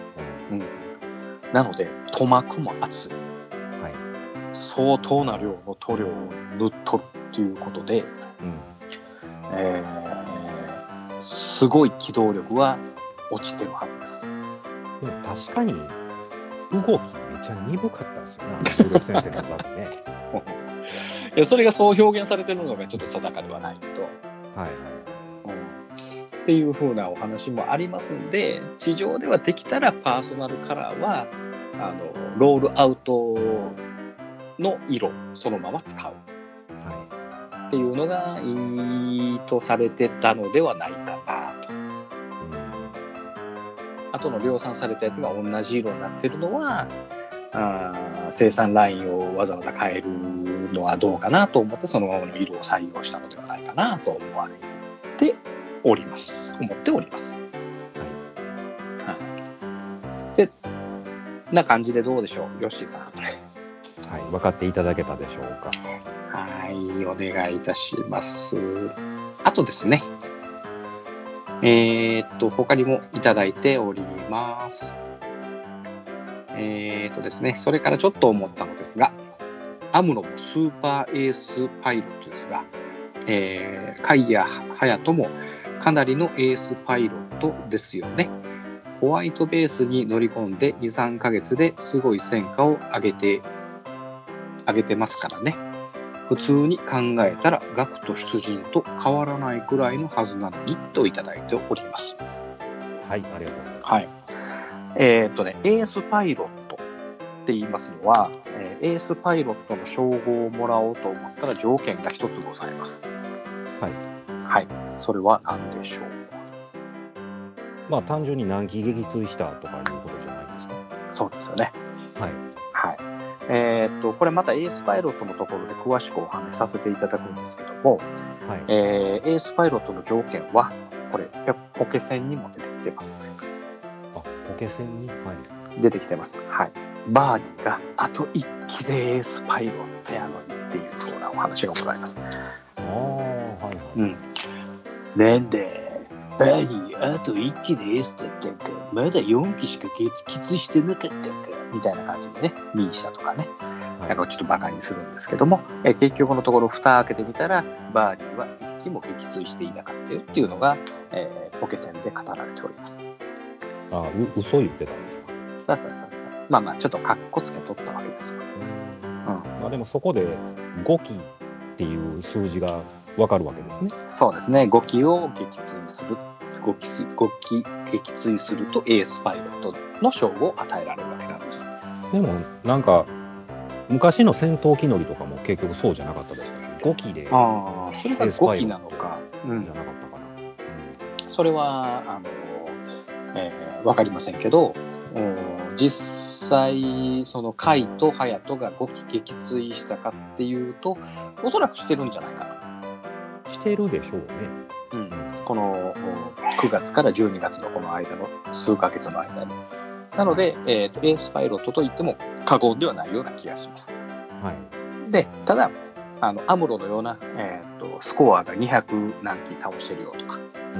[SPEAKER 4] うん、なので塗膜も厚い、
[SPEAKER 6] はい
[SPEAKER 4] 相当な量の塗料を塗っとるっていうことで、
[SPEAKER 6] うんうん
[SPEAKER 4] えーすごい機動力は落ちてるはずです
[SPEAKER 6] でも確かに動きめっちゃ鈍かったですよねあの重力先生のザクね
[SPEAKER 4] いやそれがそう表現されてるのがちょっと定かではないけど、
[SPEAKER 6] はいはい
[SPEAKER 4] っていう風なお話もありますんで地上ではできたらパーソナルカラーはあのロールアウトの色そのまま使う
[SPEAKER 6] は
[SPEAKER 4] っていうのがいいとされてたのではないかなと
[SPEAKER 6] い、
[SPEAKER 4] 後の量産されたやつが同じ色になってるのはあー生産ラインをわざわざ変えるのはどうかなと思ってそのままの色を採用したのではないかなと思われております思っております。はい、でな感じでどうでしょうヨッシーさん。
[SPEAKER 6] うんはい、分かっていただけたでしょうか
[SPEAKER 4] はい、お願いいたします。あとですね、えーっと、他にもいただいております。えーっとですね、それからちょっと思ったのですが、アムロもスーパーエースパイロットですが、えー、カイやハヤトもかなりのエースパイロットですよね。ホワイトベースに乗り込んで2、3ヶ月ですごい戦果を上げて、上げてますからね。普通に考えたら学と出陣と変わらないくらいのはずなのにといただいております。
[SPEAKER 6] はいありがとうございます
[SPEAKER 4] はい。えーっとね、エースパイロットって言いますのは、えーエースパイロットの称号をもらおうと思ったら条件が一つございます。
[SPEAKER 6] はい。
[SPEAKER 4] はい。それは何でしょう
[SPEAKER 6] まあ単純に難期撃墜したとかいうことじゃないですか
[SPEAKER 4] そうですよね。
[SPEAKER 6] はい
[SPEAKER 4] はい。えーっと、これまたエースパイロットのところで詳しくお話しさせていただくんですけども、
[SPEAKER 6] はい
[SPEAKER 4] えーエースパイロットの条件は、これ、やっぱポケセンにも出てきてます。
[SPEAKER 6] あポケセンにはい
[SPEAKER 4] 出てきてます。はい。バーニーがあと一期でエースパイロットやのにっていうふうなお話がございます。
[SPEAKER 6] ああはいはい、
[SPEAKER 4] うん。なんで、バーニーあと一期でエースだったんか、まだ4期しか月喫してなかったんか、みたいな感じでね、ミーシャとかね、
[SPEAKER 6] はい
[SPEAKER 4] なんかちょっとバカにするんですけども、えー結局のところ蓋開けてみたらバーニーは一期も撃墜していなかったよっていうのが、えーポケセンで語られております。
[SPEAKER 6] あう嘘言ってたんです
[SPEAKER 4] さ
[SPEAKER 6] か
[SPEAKER 4] あさあさあさあまあまあちょっとカッコつけとったわけですよ。
[SPEAKER 6] まあでもそこで5期っていう数字がわかるわけですね
[SPEAKER 4] そうですね5期を撃墜する5期す5期撃墜するとエースパイロットの称号を与えられるわけなんです。
[SPEAKER 6] でもなんか昔の戦闘機乗りとかも結局そうじゃなかったですよね5期でじゃ
[SPEAKER 4] ああそれが5期なのか。うん
[SPEAKER 6] なかったかな、
[SPEAKER 4] それはあの、えーわかりませんけど、うん実際その甲斐と隼人が5期撃墜したかっていうとおそらくしてるんじゃないかな。
[SPEAKER 6] してるでしょうね。
[SPEAKER 4] うん、この9月から12月のこの間の数ヶ月の間に。なので、えーとエースパイロットといっても過言ではないような気がします。
[SPEAKER 6] はい。
[SPEAKER 4] で、ただ、あのアムロのような、えー、とスコアが200何機倒してるよとか、
[SPEAKER 6] う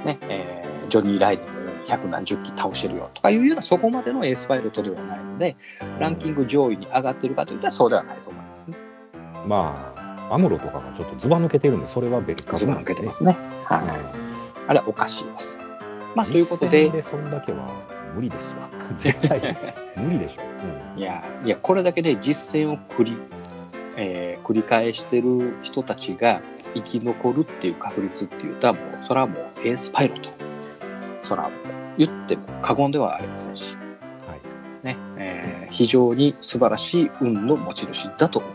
[SPEAKER 6] ん。
[SPEAKER 4] ねえージョニー・ライデンのように100何十機倒してるよとかいうようなそこまでのエースパイロットではないので、ランキング上位に上がってるかといったらそうではないと思いますね。
[SPEAKER 6] まあ、アムロとかがちょっとずば抜けてるんで、それは別格
[SPEAKER 4] ずば
[SPEAKER 6] なん
[SPEAKER 4] 抜けて
[SPEAKER 6] でね
[SPEAKER 4] ますね。
[SPEAKER 6] うん
[SPEAKER 4] はい、あれはおかしいです。まあ、ということ
[SPEAKER 6] 実
[SPEAKER 4] で
[SPEAKER 6] 戦。でそんだけは無理ですわ。絶対無理でしょ。
[SPEAKER 4] いやいやこれだけで実践を繰り,、えー繰り返してる人たちが生き残るっていう確率っていうとはもうそれはもうエースパイロットそれはもう言っても過言ではありませんし、
[SPEAKER 6] はい
[SPEAKER 4] ねえー非常に素晴らしい運の持ち主だと思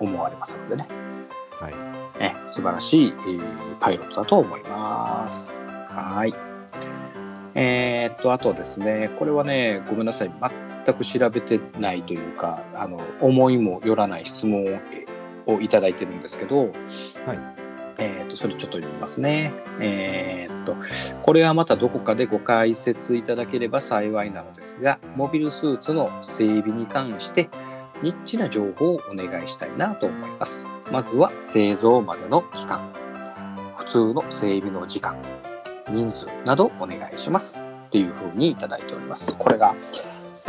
[SPEAKER 4] 思われますのでね、
[SPEAKER 6] はい
[SPEAKER 4] ね素晴らしい、えーパイロットだと思います。はいえーっとあとですねこれはねごめんなさい全く調べてないというかあの思いもよらない質問をえをいただいてるんですけど、
[SPEAKER 6] はい
[SPEAKER 4] えー、とそれちょっと読みますね、えーっとこれはまたどこかでご解説いただければ幸いなのですがモビルスーツの整備に関してニッチな情報をお願いしたいなと思いますまずは製造までの期間普通の整備の時間人数などお願いしますっていうふうにいただいておりますこれが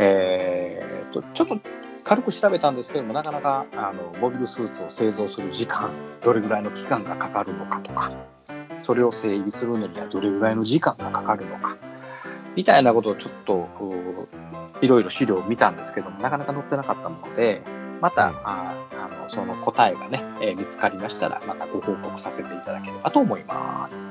[SPEAKER 4] えー、とちょっと軽く調べたんですけどもなかなかあのモビルスーツを製造する時間どれぐらいの期間がかかるのかとかそれを整備するのにはどれぐらいの時間がかかるのかみたいなことをちょっとこういろいろ資料を見たんですけどもなかなか載ってなかったのでまた、ああのその答えがね、えー見つかりましたらまたご報告させていただければと思います。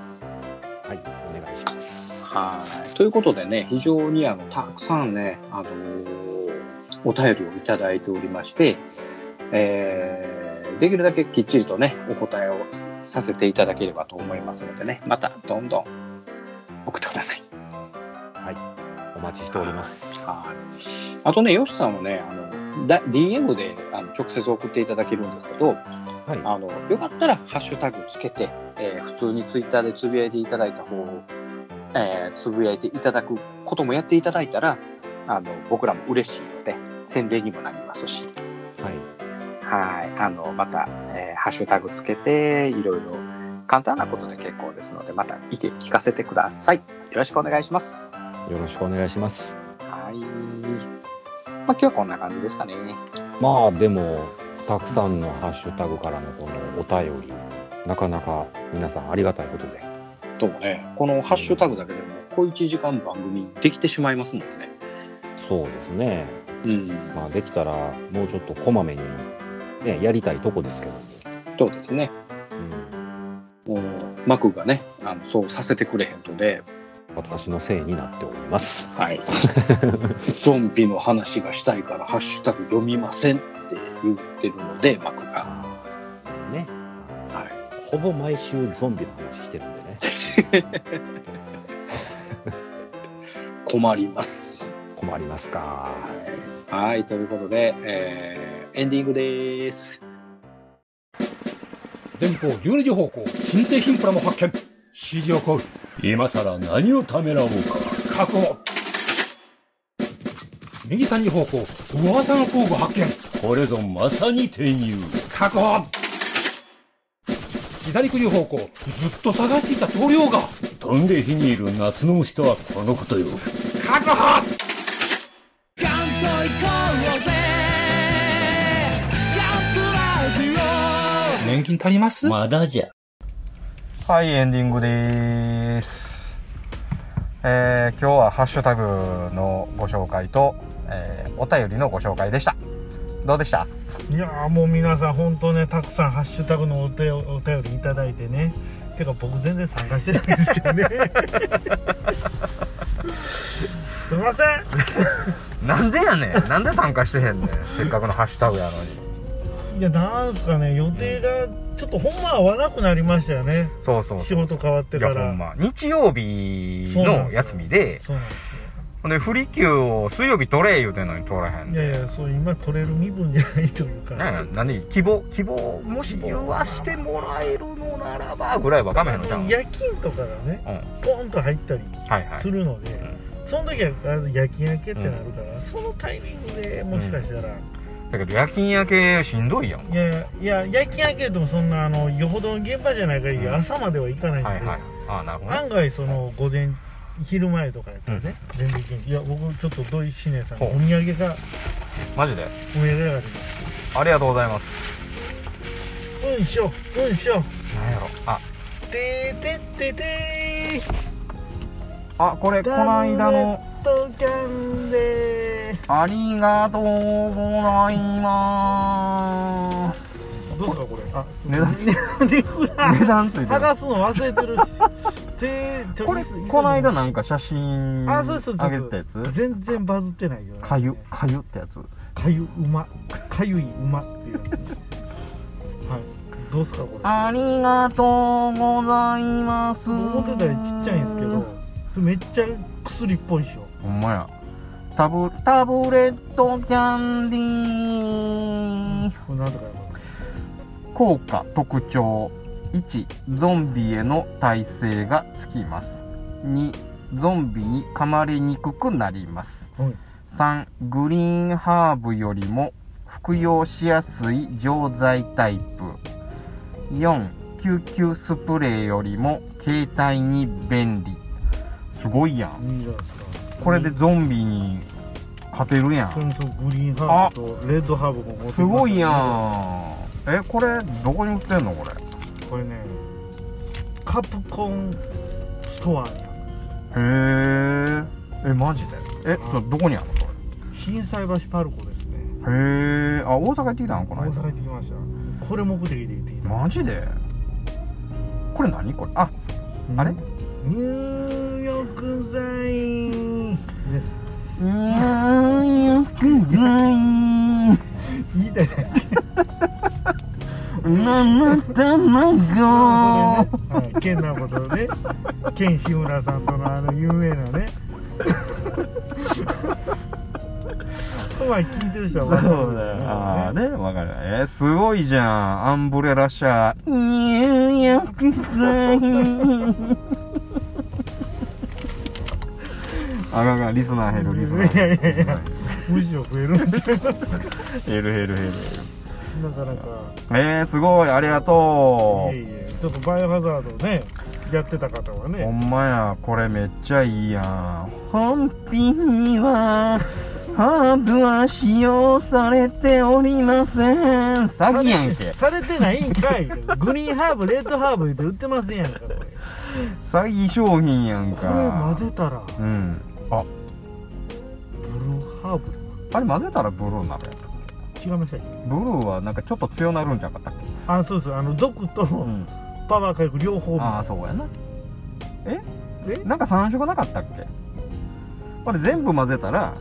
[SPEAKER 6] はい、お願いします。
[SPEAKER 4] はい。ということでね、非常にあのたくさんね、あのーお便りをいただいておりまして、えーできるだけきっちりとね、お答えをさせていただければと思いますのでね、またどんどん送ってください。
[SPEAKER 6] お待ちしております。
[SPEAKER 4] はい。あとね、ヨシさんはね、あの、だ DM であの直接送っていただけるんですけど、
[SPEAKER 6] はい。
[SPEAKER 4] あのよかったらハッシュタグつけて、えー普通にツイッターでつぶやいていただいた方を、えーつぶやいていただくこともやっていただいたらあの僕らも嬉しいので宣伝にもなりますし
[SPEAKER 6] は
[SPEAKER 4] は
[SPEAKER 6] い。
[SPEAKER 4] いあのまた、えーハッシュタグつけていろいろ簡単なことで結構ですのでまた意見聞かせてくださいよろしくお願いしますは
[SPEAKER 6] よろしくお願いします。
[SPEAKER 4] い、まあ、今日はこんな感じですかね
[SPEAKER 6] まあでもたくさんのハッシュタグからのこのお便りなかなか皆さんありがたいことで
[SPEAKER 4] どうもねこのハッシュタグだけでも小1時間番組できてしまいますもんね
[SPEAKER 6] そうですね
[SPEAKER 4] うん
[SPEAKER 6] まあできたらもうちょっとこまめに、ね、やりたいとこですけど、
[SPEAKER 4] そうですね。
[SPEAKER 6] うん、
[SPEAKER 4] もうマクがね、あのそうさせてくれへんので、
[SPEAKER 6] 私のせいになっております
[SPEAKER 4] はい。 ゾンビの話がしたいからハッシュタグ読みませんって言ってるので、マクが。
[SPEAKER 6] ね
[SPEAKER 4] は
[SPEAKER 6] ほぼ毎週ゾンビの話してるんでね
[SPEAKER 4] い。困ります。
[SPEAKER 6] 困りますか
[SPEAKER 4] はい。はい、ということで、えーエンディングです。
[SPEAKER 10] 前方12時方向新製品プラも発見指示を行う
[SPEAKER 9] 今さら何をためらおうか。
[SPEAKER 10] 確保右3時方向噂の工具発見
[SPEAKER 9] これぞまさに転入。
[SPEAKER 10] 確保左9時方向ずっと探していた塗料が
[SPEAKER 9] 飛んで火にいる夏の虫とはこのことよ。
[SPEAKER 10] 確保年金足ります
[SPEAKER 9] まだじゃ。
[SPEAKER 1] はい、エンディングでーす。えー今日はハッシュタグのご紹介と、えーお便りのご紹介でした。どうでした
[SPEAKER 2] いやーもう皆さん本当ねたくさんハッシュタグのお手お便りいただいてねてか僕全然参加してないんですけどねすいません
[SPEAKER 1] なんでやねん。なんで参加してへ んねん。せっかくのハッシュタグやのに。
[SPEAKER 2] いやなんすかね予定がちょっとほんま合わなくなりましたよね
[SPEAKER 1] そうそう
[SPEAKER 2] 仕
[SPEAKER 1] そう。
[SPEAKER 2] 事変わって
[SPEAKER 1] い
[SPEAKER 2] か
[SPEAKER 1] や、ほ
[SPEAKER 2] ら
[SPEAKER 1] んま。日曜日の休みで、
[SPEAKER 2] そうなんですよ
[SPEAKER 1] ほんで不利休を水曜日取れ言うてんのに取らへん
[SPEAKER 2] いやいやそう今取れる身分じゃないというか
[SPEAKER 1] なんや何希望希望もし言わしてもらえるのならばぐらいわかめへんのじゃん、うん、
[SPEAKER 2] 夜勤とかがねポンと入ったり
[SPEAKER 1] はいはい
[SPEAKER 2] するので、その時は必ず夜勤明けってなるから、そのタイミングでもしかしたら、
[SPEAKER 1] だけど夜勤明けしんどいやん
[SPEAKER 2] いやいや夜勤明けでもそんなあのよほどの現場じゃない限り、
[SPEAKER 1] うん
[SPEAKER 2] 朝まではいかないんで
[SPEAKER 1] はいはいああなるほどね
[SPEAKER 2] 案外その午前昼前とかやったらね、全然いけんいや僕ちょっと土井シネさん
[SPEAKER 1] ほ
[SPEAKER 2] お
[SPEAKER 1] う
[SPEAKER 2] 土産が
[SPEAKER 1] マジで
[SPEAKER 2] お土産があります
[SPEAKER 1] ありがとうございます
[SPEAKER 2] うんしょうんしょ
[SPEAKER 1] なんやろあ
[SPEAKER 2] てーてっててー
[SPEAKER 1] あこれこの間の
[SPEAKER 2] とキャンデー
[SPEAKER 1] ありがとうございま
[SPEAKER 2] どうですかこれ あ
[SPEAKER 1] 値段
[SPEAKER 2] 値段
[SPEAKER 1] す値段ついて
[SPEAKER 2] 剥
[SPEAKER 1] る
[SPEAKER 2] がすの忘れて るしてーちょ
[SPEAKER 1] これ
[SPEAKER 2] 急いで
[SPEAKER 1] この間なんか写真
[SPEAKER 2] あそうそうそう
[SPEAKER 1] あげたやつ
[SPEAKER 2] 全然バズってないよね
[SPEAKER 1] かゆかゆってやつ
[SPEAKER 2] かゆうまかゆいうまっていうやつはいどうすかこれ
[SPEAKER 1] ありがとうございます
[SPEAKER 2] 思ってたよりちっちゃいんですけどそれめっちゃ薬っぽいでしょ
[SPEAKER 1] ほんまやタブタブレットキャンディー
[SPEAKER 2] これなんとかやろ
[SPEAKER 1] 効果特徴1ゾンビへの耐性がつきます2ゾンビに噛まれにくくなります、
[SPEAKER 2] はい
[SPEAKER 1] 3グリーンハーブよりも服用しやすい錠剤タイプ4救急スプレーよりも携帯に便利すごいやん
[SPEAKER 2] ういいんじゃないですか
[SPEAKER 1] これでゾンビに勝てるや
[SPEAKER 2] そ
[SPEAKER 1] ん
[SPEAKER 2] れにそのグリーンハーブとレッドハーブも持ってきまし
[SPEAKER 1] す
[SPEAKER 2] たね
[SPEAKER 1] ごいやんえこれどこに売ってんのこれ
[SPEAKER 2] これねカプコンストアにあるんですよ
[SPEAKER 1] へーえマジでえ
[SPEAKER 2] うん
[SPEAKER 1] それどこにあるのそ
[SPEAKER 2] 心斎橋パルコですね
[SPEAKER 1] れへーあ大阪行ってきたのこの
[SPEAKER 2] 大阪
[SPEAKER 1] 間
[SPEAKER 2] 行ってきましたこれ目的で行ってきた
[SPEAKER 1] マジでこれ何これああれ
[SPEAKER 2] 入浴剤です
[SPEAKER 1] う ーん
[SPEAKER 2] 言いたいだけ
[SPEAKER 1] 生卵
[SPEAKER 2] はい、ケンなことね、ケン志村さんとのあの有名なね。まあ聞いてる人は分かるんだ
[SPEAKER 1] あ
[SPEAKER 2] よ
[SPEAKER 1] ーねわかるえーすごいじゃんアンブレラ 社入浴剤あかんあかんリスナー減るリスナー
[SPEAKER 2] いやいや
[SPEAKER 1] 減
[SPEAKER 2] い
[SPEAKER 1] る
[SPEAKER 2] やむしろ増えるんです
[SPEAKER 1] 減る減る減る
[SPEAKER 2] なかなか。
[SPEAKER 1] えー、すごいありがと
[SPEAKER 2] いうえいえ、ちょっとバイオハザードね、やってた方は
[SPEAKER 1] ほ
[SPEAKER 2] ね。
[SPEAKER 1] んまやこれめっちゃいいやん本品にはハーブは使用されておりません詐欺やんけ
[SPEAKER 2] されてないんかいグリーンハーブレッドハーブで売ってませんやんかこれこ
[SPEAKER 1] 詐欺商品やん
[SPEAKER 2] れ
[SPEAKER 1] か
[SPEAKER 2] 混ぜたら
[SPEAKER 1] うんあ
[SPEAKER 2] ブルーハーブ
[SPEAKER 1] あれ混ぜたらブルーなのや
[SPEAKER 2] 違いましたっけ
[SPEAKER 1] ブルーはなんかちょっと強なるんじゃなかったっけ
[SPEAKER 2] あそうそうあの毒と
[SPEAKER 1] ん
[SPEAKER 2] パワー回復両方みたいな
[SPEAKER 1] ああそうやなえ
[SPEAKER 2] え
[SPEAKER 1] なんか3色なかったっけこれ全部混ぜたら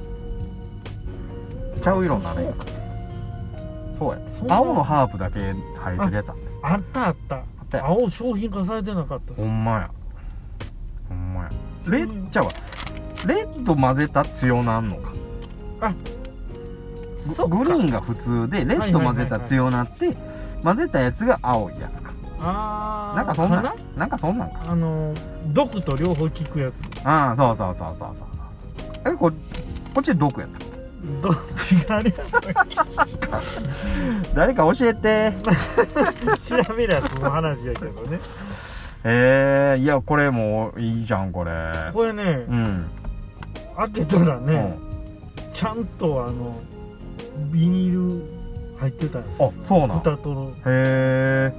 [SPEAKER 1] ちゃう色になるやんそうや
[SPEAKER 2] そんな
[SPEAKER 1] 青のハーブだけ生えてるやつあっ
[SPEAKER 2] あったあった
[SPEAKER 1] たやん
[SPEAKER 2] 青商品化されてなかった
[SPEAKER 1] ほ
[SPEAKER 2] です
[SPEAKER 1] んまやほんまやレッちゃうわレッド混ぜた強なんのかグ
[SPEAKER 2] そっか
[SPEAKER 1] グリーンが普通でレッド混ぜた強なって混ぜたやつが青いやつか
[SPEAKER 2] あー
[SPEAKER 1] なんかそんなん
[SPEAKER 2] か
[SPEAKER 1] なんかそんなんか
[SPEAKER 2] あの毒と両方効くやつ
[SPEAKER 1] ああそうそうそうそうそうえここっち毒やった
[SPEAKER 2] どっちがあれや
[SPEAKER 1] 誰か教えて
[SPEAKER 2] 調べりゃその話やけどね
[SPEAKER 1] えー、いやこれもういいじゃんこれ
[SPEAKER 2] これね
[SPEAKER 1] うん、
[SPEAKER 2] 開けたら
[SPEAKER 1] う
[SPEAKER 2] ね
[SPEAKER 1] ん、
[SPEAKER 2] ちゃんとあのビニール入ってたんですよ
[SPEAKER 1] あそうなん
[SPEAKER 2] 豚との
[SPEAKER 1] へえ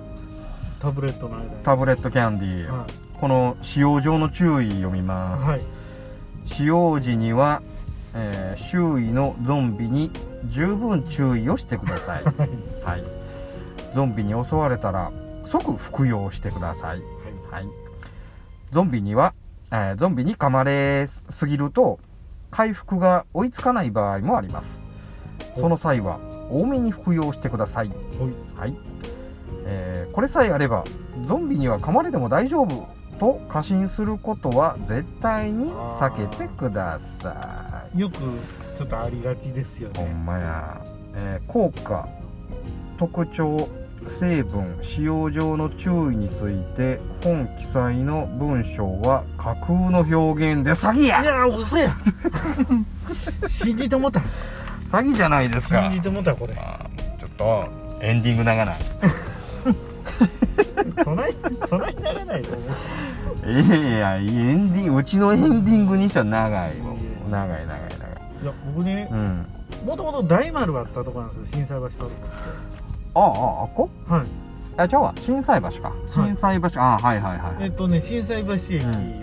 [SPEAKER 2] タブレットの間に
[SPEAKER 1] タブレットキャンディー、
[SPEAKER 2] は
[SPEAKER 1] この使用上の注意読み
[SPEAKER 2] い、
[SPEAKER 1] ます、
[SPEAKER 2] はい、
[SPEAKER 1] 使用時には、えー周囲のゾンビに十分注意をしてください、 はい、ゾンビに襲われたら即服用してください、はいゾンビには、えーゾンビに噛まれすぎると回復が追いつかない場合もありますその際は多めに服用してください、はいえーこれさえあればゾンビには噛まれても大丈夫と過信することは絶対に避けてください
[SPEAKER 2] よくちょっとありがちですよ
[SPEAKER 1] ほ
[SPEAKER 2] ね
[SPEAKER 1] んまや、えー効果特徴成分使用上の注意について本記載の文章は架空の表現で詐欺
[SPEAKER 2] い
[SPEAKER 1] や
[SPEAKER 2] やー 嘘や信じてもた
[SPEAKER 1] 詐欺じゃないですか
[SPEAKER 2] 信じてもたこれ
[SPEAKER 1] まあちょっとエンディング長ない
[SPEAKER 2] そないそないならないと思う
[SPEAKER 1] いやいやエンディングうちのエンディングにしたら長いもん長い長い長い
[SPEAKER 2] いや僕ね
[SPEAKER 1] うん
[SPEAKER 2] もともと大丸があったとこなんですよ心斎橋パルコっ
[SPEAKER 1] ああああこ
[SPEAKER 2] てはい
[SPEAKER 1] あじゃあ心斎橋か心斎橋、ああはいはいはい
[SPEAKER 2] えっとね心斎橋駅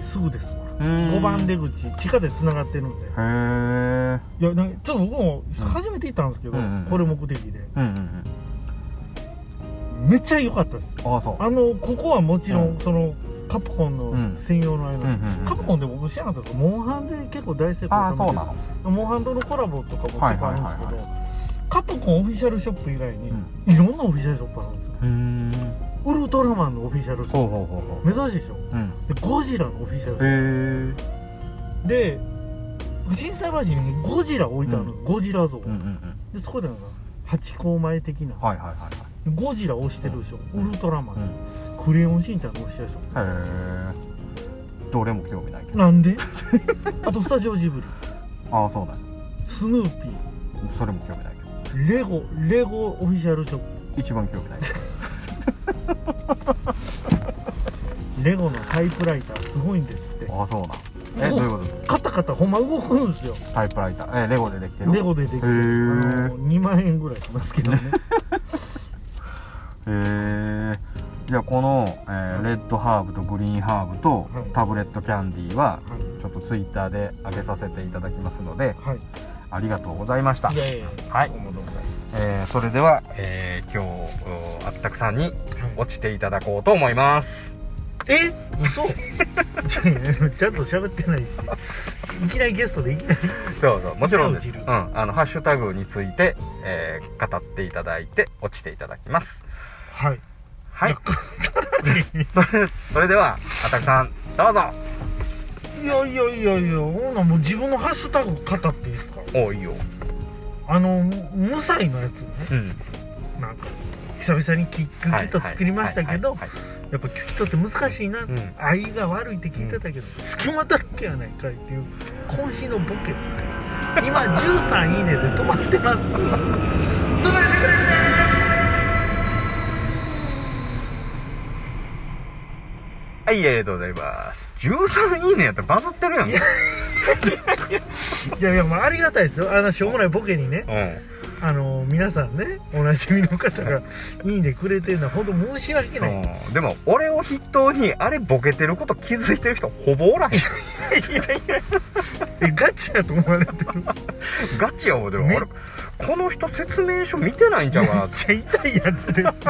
[SPEAKER 2] すぐですわ、
[SPEAKER 1] 5
[SPEAKER 2] 5番出口地下でつながってるんで
[SPEAKER 1] へえ
[SPEAKER 2] いやなんかちょっと僕も初めて行ったんですけど、
[SPEAKER 1] うんうんうん
[SPEAKER 2] これ目的で
[SPEAKER 1] うんうん
[SPEAKER 2] めっちゃ良かったです
[SPEAKER 1] うんああそう
[SPEAKER 2] あのここはもちろん、
[SPEAKER 1] うん
[SPEAKER 2] そのカプコン
[SPEAKER 1] うん
[SPEAKER 2] の専用のあれなんで
[SPEAKER 1] う
[SPEAKER 2] す、
[SPEAKER 1] んうんうん
[SPEAKER 2] カプコンでも僕知らなかったんですけどモンハンで結構大成
[SPEAKER 1] ああ
[SPEAKER 2] 功
[SPEAKER 1] そう
[SPEAKER 2] した
[SPEAKER 1] なの
[SPEAKER 2] モンハンとのコラボとかも結構あるんですけど、
[SPEAKER 1] はいはいはい
[SPEAKER 2] カプコンオフィシャルショップ以外に、
[SPEAKER 1] うん
[SPEAKER 2] いろんなオフィシャルショップあるんですよ
[SPEAKER 1] うん
[SPEAKER 2] ウルトラマンのオフィシャルショ
[SPEAKER 1] ほう
[SPEAKER 2] ッ
[SPEAKER 1] ほうほうほ
[SPEAKER 2] プ珍しいでしょ
[SPEAKER 1] ううん
[SPEAKER 2] でゴジラのオフィシャルショップ
[SPEAKER 1] へえ
[SPEAKER 2] で震災橋にゴジラ置いてあるの、ゴジラ像、
[SPEAKER 1] うんうんうん
[SPEAKER 2] でそこでなんかハチ公前的な、
[SPEAKER 1] はいはいは
[SPEAKER 2] ゴジラ推してるでしょ、
[SPEAKER 1] うん
[SPEAKER 2] ウルトラマン、クレヨンしんちゃんの推してるでし
[SPEAKER 1] いはいへえどれも興味ないけ
[SPEAKER 2] ょ
[SPEAKER 1] ど
[SPEAKER 2] なんで あとスタジオジブリ
[SPEAKER 1] ああそうなの
[SPEAKER 2] スヌーピ
[SPEAKER 1] それも興味ないけど
[SPEAKER 2] ーレゴレゴオフィシャルショッ
[SPEAKER 1] 一番興味ないけど
[SPEAKER 2] プレゴのタイプライターすごいんですって
[SPEAKER 1] ああそうなのえどういうこと
[SPEAKER 2] カタカタほんま動くんですよ
[SPEAKER 1] タイプライター、えーレゴでできてる
[SPEAKER 2] レゴでできて
[SPEAKER 1] へ
[SPEAKER 2] る
[SPEAKER 1] ー
[SPEAKER 2] あの2万円ぐらいしますけどね
[SPEAKER 1] へえじゃあこの、えーレッドハーブとグリーンハーブと
[SPEAKER 2] はい
[SPEAKER 1] タブレットキャンディーは
[SPEAKER 2] はい
[SPEAKER 1] ちょっとツイッターで上げさせていただきますので
[SPEAKER 2] はい
[SPEAKER 1] ありがとうございました
[SPEAKER 2] い、やいやや
[SPEAKER 1] はい
[SPEAKER 2] どうもどうも
[SPEAKER 1] えーそれでは、えー今日おあったくさんに
[SPEAKER 2] はい
[SPEAKER 1] 落ちていただこうと思います
[SPEAKER 2] え嘘ちゃんと喋ってないしいきなりゲストでいきなり
[SPEAKER 1] そうそうもちろんです、う
[SPEAKER 2] 落ち
[SPEAKER 1] ん、
[SPEAKER 2] る
[SPEAKER 1] あのハッシュタグについて、えー語っていただいて落ちていただきます
[SPEAKER 2] はい
[SPEAKER 1] はいそれそれではあったくさんどうぞ
[SPEAKER 2] いやいやいやいやほんならもう自分のハッシュタグ語っていいですか
[SPEAKER 1] おういいよ
[SPEAKER 2] あのむ無罪のやつね
[SPEAKER 1] うん
[SPEAKER 2] なんか久々にキックキット作りましたけど
[SPEAKER 1] はいはいはい
[SPEAKER 2] やっぱキットって難しいな、
[SPEAKER 1] うん
[SPEAKER 2] 愛が悪いって聞いてたけど、隙間だらけやないかいっていう渾身のボケ今13いいねで止まってます 止まってくれ
[SPEAKER 1] はい、ありがとうございます。13いいねやったらバズってるやんか。
[SPEAKER 2] いやいやもうありがたいですよあのしょうもないボケにね
[SPEAKER 1] う
[SPEAKER 2] あの皆さんねおなじみの方が「いいね」くれてるのは本当申し訳ない
[SPEAKER 1] ん。そう。でも、俺を筆頭に、あれボケてること気づいてる人ほぼおらへん。
[SPEAKER 2] えガチやと思われてる めっ
[SPEAKER 1] ガチや思うてる。
[SPEAKER 2] め
[SPEAKER 1] 俺、この人説明書見てないんちゃうかなって。
[SPEAKER 2] ちゃ痛いやつです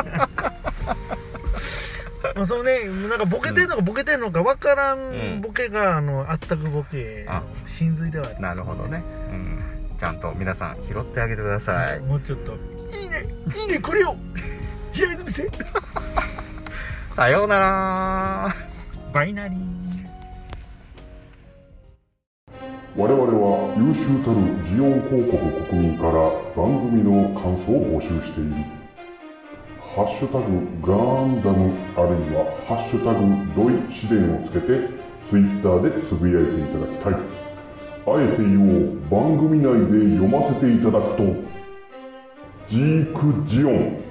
[SPEAKER 2] まあそのねなんかボケてんのかボケてんのかわから
[SPEAKER 1] うん
[SPEAKER 2] んボケが、あのあったくボケの
[SPEAKER 1] あ
[SPEAKER 2] 真髄ではあり
[SPEAKER 1] な
[SPEAKER 2] ます
[SPEAKER 1] るほどね。うん。ちゃんと皆さん拾ってあげてください。
[SPEAKER 2] もうちょっと「いいねいいねこれよ 平泉せ
[SPEAKER 1] さようなら
[SPEAKER 2] バイナリー」
[SPEAKER 5] 我々は優秀たるジオン広告国民から番組の感想を募集している「ハッシュタグガンダム」あるいは「ハッシュタグドイ試練」をつけてツイッターでつぶやいていただきたいあえて言おう番組内で読ませていただくとジークジオン